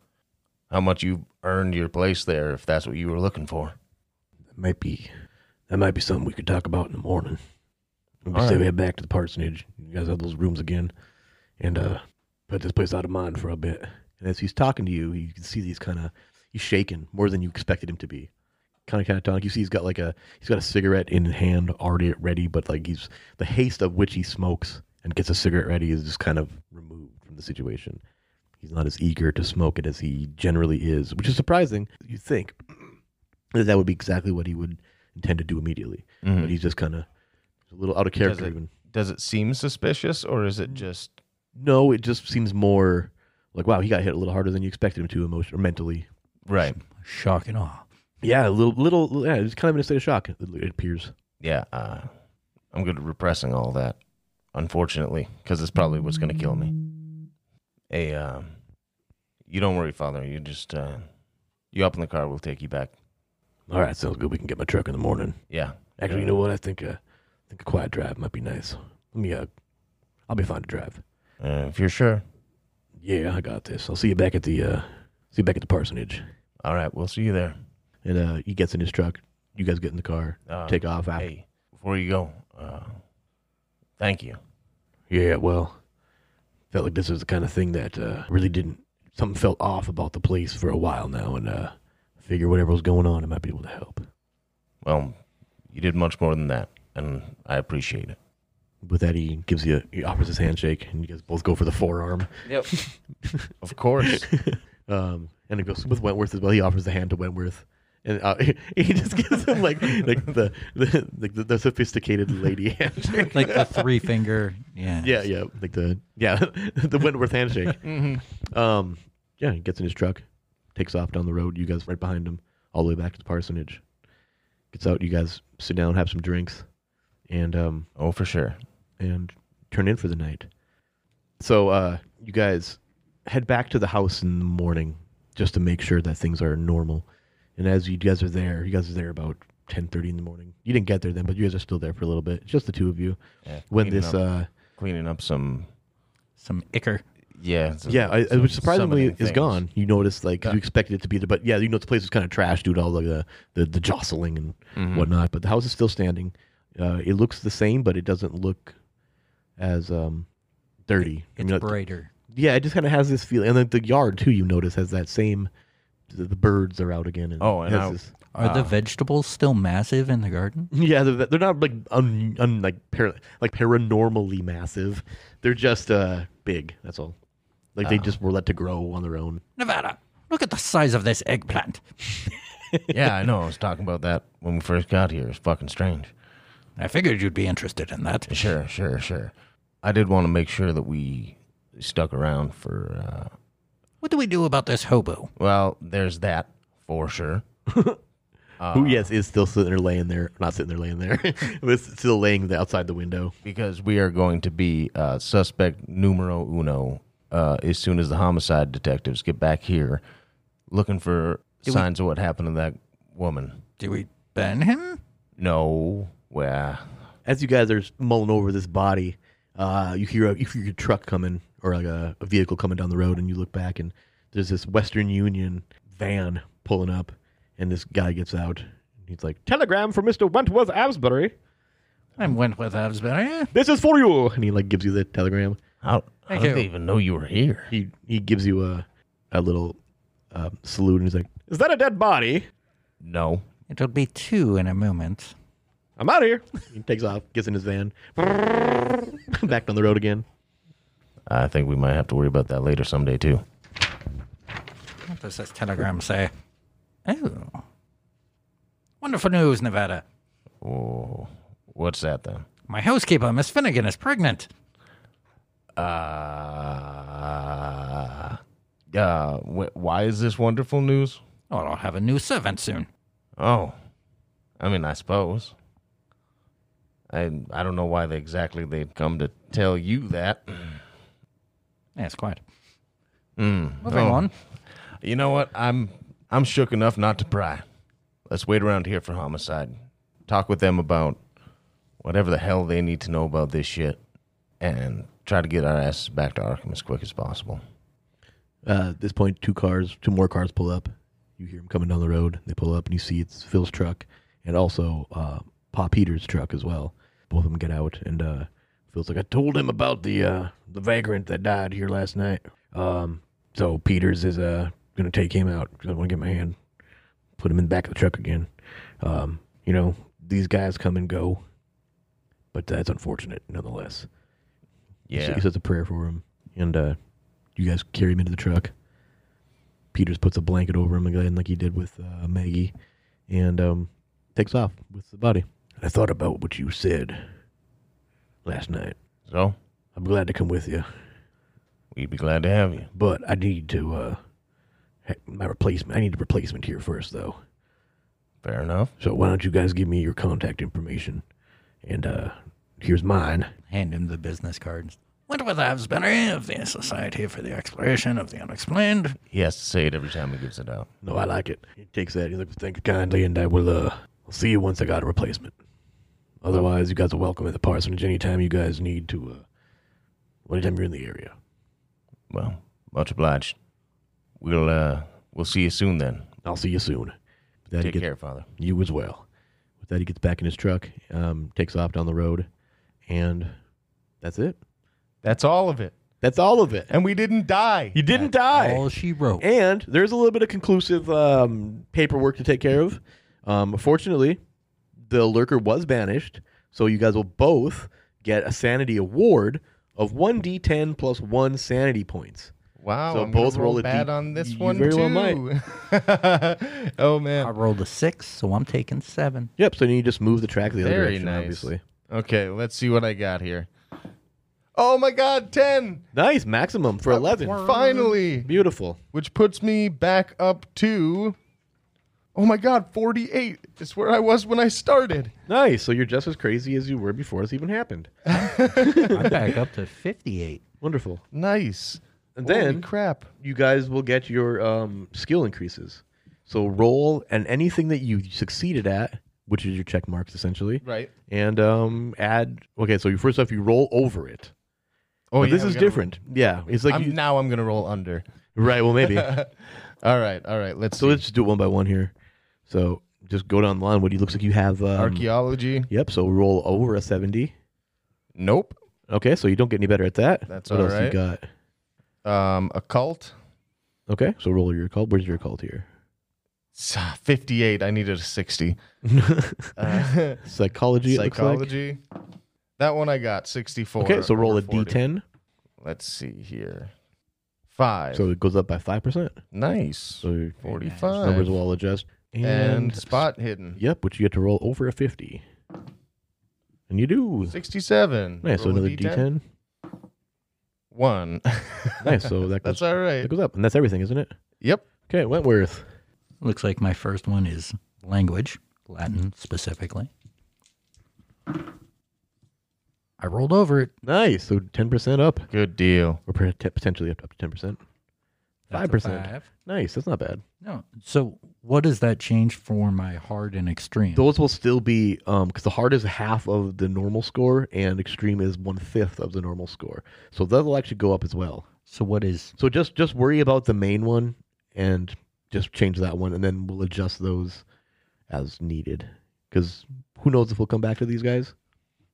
S1: how much you earned your place there, if that's what you were looking for.
S2: (laughs) that might be, that might be something we could talk about in the morning. We
S1: All
S2: say
S1: right.
S2: we head back to the parsonage. You guys have those rooms again, and uh, put this place out of mind for a bit. And as he's talking to you, you can see he's kind of he's shaken more than you expected him to be. Kind of catatonic. You see, he's got like a he's got a cigarette in hand already ready, but like he's the haste of which he smokes and gets a cigarette ready is just kind of removed from the situation. He's not as eager to smoke it as he generally is, which is surprising. You think (clears throat) that that would be exactly what he would intend to do immediately, but he's just kind of a little out of character.
S5: it-
S2: even
S5: Does it seem suspicious, or is it just
S2: no, it just seems more like wow, he got hit a little harder than you expected him to, emotionally, mentally.
S1: Right.
S3: Shock and awe.
S2: Yeah, a little, little, yeah, it's kind of in a state of shock. It, it appears.
S1: Yeah. Uh, I'm good at repressing all that, unfortunately, because it's probably what's going to kill me. Hey, um, you don't worry, Father. You just uh, you up in the car. We'll take you back.
S2: All right, sounds good. We can get my truck in the morning.
S1: Yeah.
S2: Actually, you know what? I think uh, think a quiet drive might be nice. Let me, uh, I'll be fine to drive.
S1: Uh, if you're sure.
S2: Yeah, I got this. I'll see you back at the, uh, see you back at the parsonage.
S1: All right, we'll see you there.
S2: And uh, he gets in his truck. You guys get in the car,
S1: Uh,
S2: take off. After.
S1: Hey, before you go, uh, thank you.
S2: Yeah, well, felt like this was the kind of thing that uh, really didn't. Something felt off about the place for a while now, and uh, figure whatever was going on, I might be able to help.
S1: Well, you did much more than that, and I appreciate it.
S2: With that, he gives you, he offers his handshake, and you guys both go for the forearm.
S1: Yep. of course.
S2: Um, and it goes with Wentworth as well. He offers the hand to Wentworth, and uh, (laughs) he just gives him like like the the, like the, the sophisticated lady (laughs) handshake.
S3: Like the three finger. Yeah.
S2: Yeah, yeah, like the yeah (laughs) the Wentworth handshake. Um, yeah, he gets in his truck, takes off down the road. You guys right behind him, all the way back to the parsonage. Gets out. You guys sit down, have some drinks, and um,
S1: (laughs) Oh, for sure.
S2: and turn in for the night. So uh, you guys head back to the house in the morning just to make sure that things are normal. And as you guys are there, you guys are there about ten thirty in the morning. You didn't get there then, but you guys are still there for a little bit. It's just the two of you.
S1: Yeah,
S2: When
S1: cleaning
S2: this,
S1: up-
S2: uh,
S1: cleaning up some,
S3: Some icker.
S1: yeah, some-
S2: yeah, I,
S1: some
S2: which surprisingly
S1: summoning
S2: is
S1: things.
S2: gone. You notice like 'cause you expected it to be there, but yeah, you know the place was kind of trash due to all the the, the jostling and
S1: Mm-hmm.
S2: whatnot. But the house is still standing. Uh, it looks the same, but it doesn't look as um, dirty. I
S3: It's
S2: mean, like,
S3: brighter.
S2: yeah, it just kind of has this feeling, and then the yard too. You notice has that same. The, the birds are out again. And
S1: Oh, and
S2: has
S1: I-
S2: this-
S3: Are the vegetables still massive in the garden?
S2: yeah, they're, they're not like un, un like para, like paranormally massive. They're just uh big. That's all. Like
S1: Oh.
S2: they just were let to grow on their own.
S3: Nevada, look at the size of this eggplant.
S1: yeah, I know. I was talking about that when we first got here. It's fucking strange.
S3: I figured you'd be interested in that.
S1: Sure, sure, sure. I did want to make sure that we stuck around for. Uh,
S3: What do we do about this hobo?
S1: well, there's that for sure. Oh.
S2: Who yes is still sitting there laying there, not sitting there laying there, (laughs) but it's still laying there outside the window.
S1: because we are going to be uh, suspect numero uno uh, as soon as the homicide detectives get back here, looking for signs of what happened to that woman.
S3: Do we burn him?
S1: No, well,
S2: As you guys are mulling over this body, uh, you hear a, you hear a truck coming or like a, a vehicle coming down the road, and you look back and there's this Western Union van pulling up, and this guy gets out. and He's like, "Telegram for Mister Wentworth Asbury.
S3: I'm Wentworth Avsbury.
S2: This is for you." And he like gives you the telegram.
S1: how, how
S3: Thank
S1: did they
S3: you.
S1: even know you were here?
S2: He he gives you a a little uh, salute, and he's like, "Is that a dead body?"
S1: No.
S3: It'll be two in a moment.
S2: I'm out of here. He takes off, gets in his van, (laughs) back on the road again.
S1: I think we might have to worry about that later someday, too.
S3: What does this telegram say? Oh. Wonderful news, Nevada.
S1: Oh, what's that then?
S3: My housekeeper, Miss Finnegan, is pregnant.
S1: Uh, uh, wh- why is this wonderful news?
S3: Oh, I'll have a new servant soon.
S1: Oh, I mean, I suppose. I I don't know why they exactly they'd come to tell you that.
S3: Yeah, it's quiet.
S1: Mm.
S3: Moving
S1: Oh,
S3: on.
S1: You know what? I'm I'm shook enough not to pry. Let's wait around here for homicide. Talk with them about whatever the hell they need to know about this shit, and try to get our asses back to Arkham as quick as possible.
S2: Uh, at this point, two cars, two more cars pull up. You hear them coming down the road. They pull up, and you see it's Phil's truck and also uh, Pa Peter's truck as well. Both of them get out, and uh, Phil's like, "I told him about the uh, the vagrant that died here last night. Um, so Peter's is uh, gonna take him out. I want to get my hand, put him in the back of the truck again. Um, you know, these guys come and go, but that's unfortunate nonetheless." He
S1: Yeah.
S2: says a prayer for him, and uh, you guys carry him into the truck. Peters puts a blanket over him again, like he did with uh, Maggie, and um, takes off with the body. I thought about what you said last night.
S1: So
S2: I'm glad to come with you,
S1: we'd be glad to have you.
S2: but I need to uh, ha- my replacement. I need a replacement here first, though.
S1: Fair enough.
S2: So why don't you guys give me your contact information? And uh, here's mine.
S3: Hand him the business cards. Wentworth Avsbury of the Society for the Exploration of the Unexplained.
S1: He has to say it every time he gives it out.
S2: No, I like it. He takes that. He's like, thank you kindly, and I will uh, I'll see you once I got a replacement. Otherwise, you guys are welcome at the parsonage anytime you guys need to. Uh, anytime you're in the area.
S7: Well, much obliged. We'll uh, we'll see you soon then.
S2: I'll see you soon. With that, he
S7: Take
S2: gets-
S7: care, Father.
S2: You as well. With that, he gets back in his truck, um, takes off down the road, and that's it.
S1: That's all of it.
S2: That's all of it.
S1: And we didn't die.
S2: He didn't die.
S3: All she wrote.
S2: And there's a little bit of conclusive um, paperwork to take care of. Um, fortunately, the lurker was banished, so you guys will both get a sanity award of one d10 plus one sanity points.
S1: Wow.
S2: So
S1: I'm gonna
S2: both roll a
S1: bad
S2: D-
S1: on this
S2: you
S1: one
S2: very
S1: too.
S2: well
S1: (laughs) oh
S3: I
S1: man.
S3: rolled a six, so I'm taking seven.
S2: Yep. So then you just move the track the other
S1: Very
S2: direction,
S1: nice.
S2: obviously.
S1: Okay, let's see what I got here. Oh my god, 10.
S2: Nice maximum for eleven.
S1: Finally,
S2: Beautiful.
S1: which puts me back up to Oh my god, 48. It's where I was when I started.
S2: Nice. So you're just as crazy as you were before this even happened.
S3: I'm back up to 58.
S2: Wonderful.
S1: Nice.
S2: And
S1: Holy
S2: then
S1: crap.
S2: you guys will get your um, skill increases. So roll and anything that you succeeded at, which is your check marks essentially,
S1: Right.
S2: and um, add. Okay, so you first off you roll over it.
S1: Oh,
S2: But this
S1: yeah, we
S2: is
S1: gotta-
S2: different. Yeah, it's like
S1: I'm,
S2: you-
S1: now I'm going to roll under.
S2: (laughs) right.
S1: (laughs)
S2: Well, maybe.
S1: All right. All right. Let's
S2: so
S1: see.
S2: let's just do it one by one here. So just go down the line. What do you looks like you have? Um,
S1: Archaeology.
S2: Yep. So roll over a seventy.
S1: Nope.
S2: Okay, so you don't get any better at that.
S1: That's
S2: what
S1: all
S2: else you
S1: right.
S2: got.
S1: Um occult.
S2: Okay, so roll your cult. Where's your cult here? (laughs)
S1: S- 58. uh, I needed a 60.
S2: (laughs)
S1: Uh,
S2: Psychology. it looks like.
S1: psychology. That one I got 64.
S2: Okay, so roll
S1: over
S2: a
S1: 40.
S2: d10.
S1: Let's see here. 5.
S2: So it goes up by 5%.
S1: nice.
S2: So your
S1: 45.
S2: numbers will all adjust. And,
S1: and spot hidden.
S2: Yep, which you get to roll over a 50. And you do.
S1: 67.
S2: Nice, so
S1: Roll a
S2: another D10. (laughs)
S1: One.
S2: Nice, so that goes,
S1: That's all right.
S2: that goes up. And that's everything, isn't it?
S1: Yep.
S2: Okay, Wentworth.
S3: Looks like my first one is language, Latin specifically. I rolled over it.
S2: Nice, so 10% up.
S1: Good deal.
S2: Or per- te- potentially up up to 10%.
S3: That's a
S2: 5%.
S3: five.
S2: Nice, that's not bad.
S3: No. So what does that change for my hard and extreme?
S2: Those will still be, because the hard is half of the normal score and extreme is one fifth of the normal score. So that will actually go up as well.
S3: So what is
S2: So just just worry about the main one and just change that one, and then we'll adjust those as needed. Because who knows if we'll come back to these guys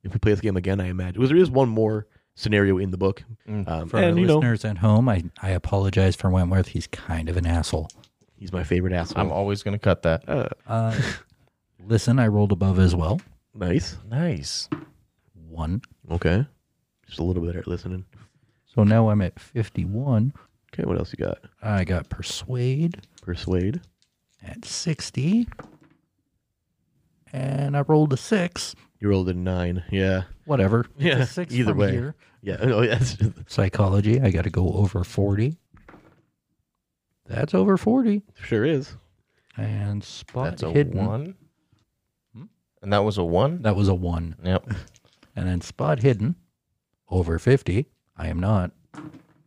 S2: if we play this game again? I imagine because there is one more scenario in the book, um,
S3: Mm, for
S2: and
S3: our
S2: you know
S3: listeners at home? I, I apologize for Wentworth. He's kind of an asshole.
S2: he's my favorite asshole.
S1: I'm always going to cut that.
S3: Uh, (laughs) listen, I rolled above as well.
S2: nice,
S1: Nice.
S3: One.
S2: okay, just a little better at listening.
S3: So now I'm at 51.
S2: Okay, what else you got?
S3: I got persuade
S2: Persuade.
S3: at 60. And I rolled a six.
S2: You rolled a nine. Yeah,
S3: Whatever. It's a
S2: Yeah,
S3: six
S2: either
S3: from
S2: way.
S3: here.
S2: yeah. (laughs) Oh, yes.
S3: Psychology, I got to go over 40. That's over 40.
S2: sure is.
S3: And spot
S1: That's a
S3: hidden.
S1: one. And that was a one?
S3: That was a one.
S1: Yep.
S3: And then spot hidden, over 50. I am not.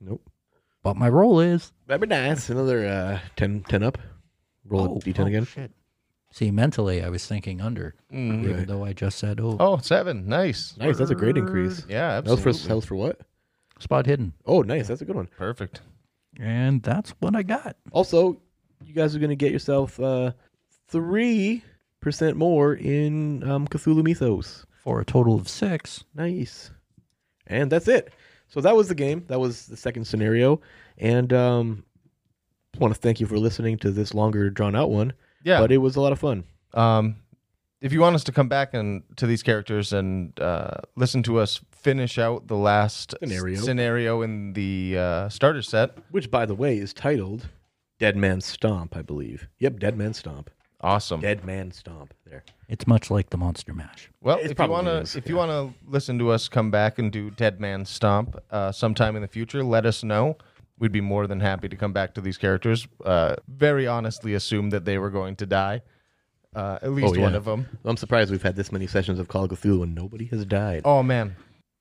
S2: Nope.
S3: But my roll is.
S2: That'd be nice. Another uh, 10, 10 up. Roll a d10 again.
S3: Oh, Shit. See, mentally, I was thinking under,
S1: Mm.
S3: even though I just said, oh,
S1: Oh, seven. Nice.
S2: Nice. That's a great increase.
S1: Yeah,
S2: That was
S1: absolutely.
S2: for that was for what?
S3: spot hidden.
S2: Oh, nice. That's a good one.
S1: Perfect.
S3: And that's what I got.
S2: Also, you guys are going to get yourself uh, three percent more in um, Cthulhu Mythos.
S3: for a total of six.
S2: Nice. And that's it. So that was the game. That was the second scenario. And um, want to thank you for listening to this longer, drawn out one.
S1: Yeah.
S2: But it was a lot of fun.
S1: Um, if you want us to come back and to these characters and uh, listen to us finish out the last
S2: Scenario.
S1: s- scenario in the uh, starter set,
S2: Which, by the way, is titled Dead Man Stomp, I believe. Yep, Dead Man Stomp.
S1: awesome.
S2: Dead Man Stomp. There.
S3: It's much like the Monster Mash.
S1: Well,
S2: It
S1: if you
S2: probably
S1: wanna
S2: is,
S1: if you wanna listen to us come back and do Dead Man Stomp uh, sometime in the future, let us know. We'd be more than happy to come back to these characters. Uh, very honestly, assumed that they were going to die. Uh, at least one
S2: Oh, yeah.
S1: of them.
S2: I'm surprised we've had this many sessions of Call of Cthulhu and nobody has died.
S1: Oh man,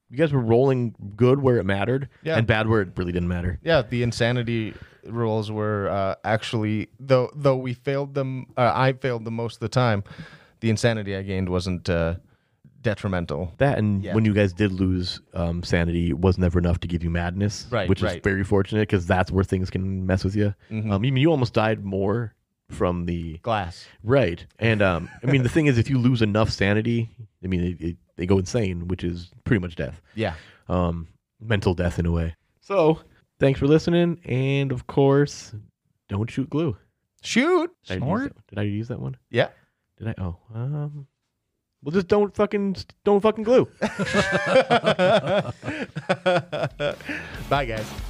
S2: you guys were rolling good where it mattered
S1: Yeah.
S2: and bad where it really didn't matter.
S1: Yeah, the insanity rules were uh, actually though though we failed them. Uh, I failed them most of the time. The insanity I gained wasn't uh,
S5: detrimental.
S2: That and
S5: Yeah.
S2: when you guys did lose um, sanity, it was never enough to give you madness,
S5: Right,
S2: which is
S5: right. Mm-hmm.
S2: very fortunate because that's where things can mess with you. Um, I mean, you almost died more from the
S5: Glass.
S2: right, and um, I mean, the thing is, if you lose enough sanity, I mean, it, it, they go insane, which is pretty much death,
S5: Yeah.
S2: um, mental death in a way. So, thanks for listening, and of course, don't shoot glue.
S5: Shoot.
S2: Did I use
S3: Snort?
S2: that- Did I use that one?
S5: Yeah.
S2: Did I? Oh, um, well, just don't fucking don't fucking glue.
S5: (laughs) Bye, guys.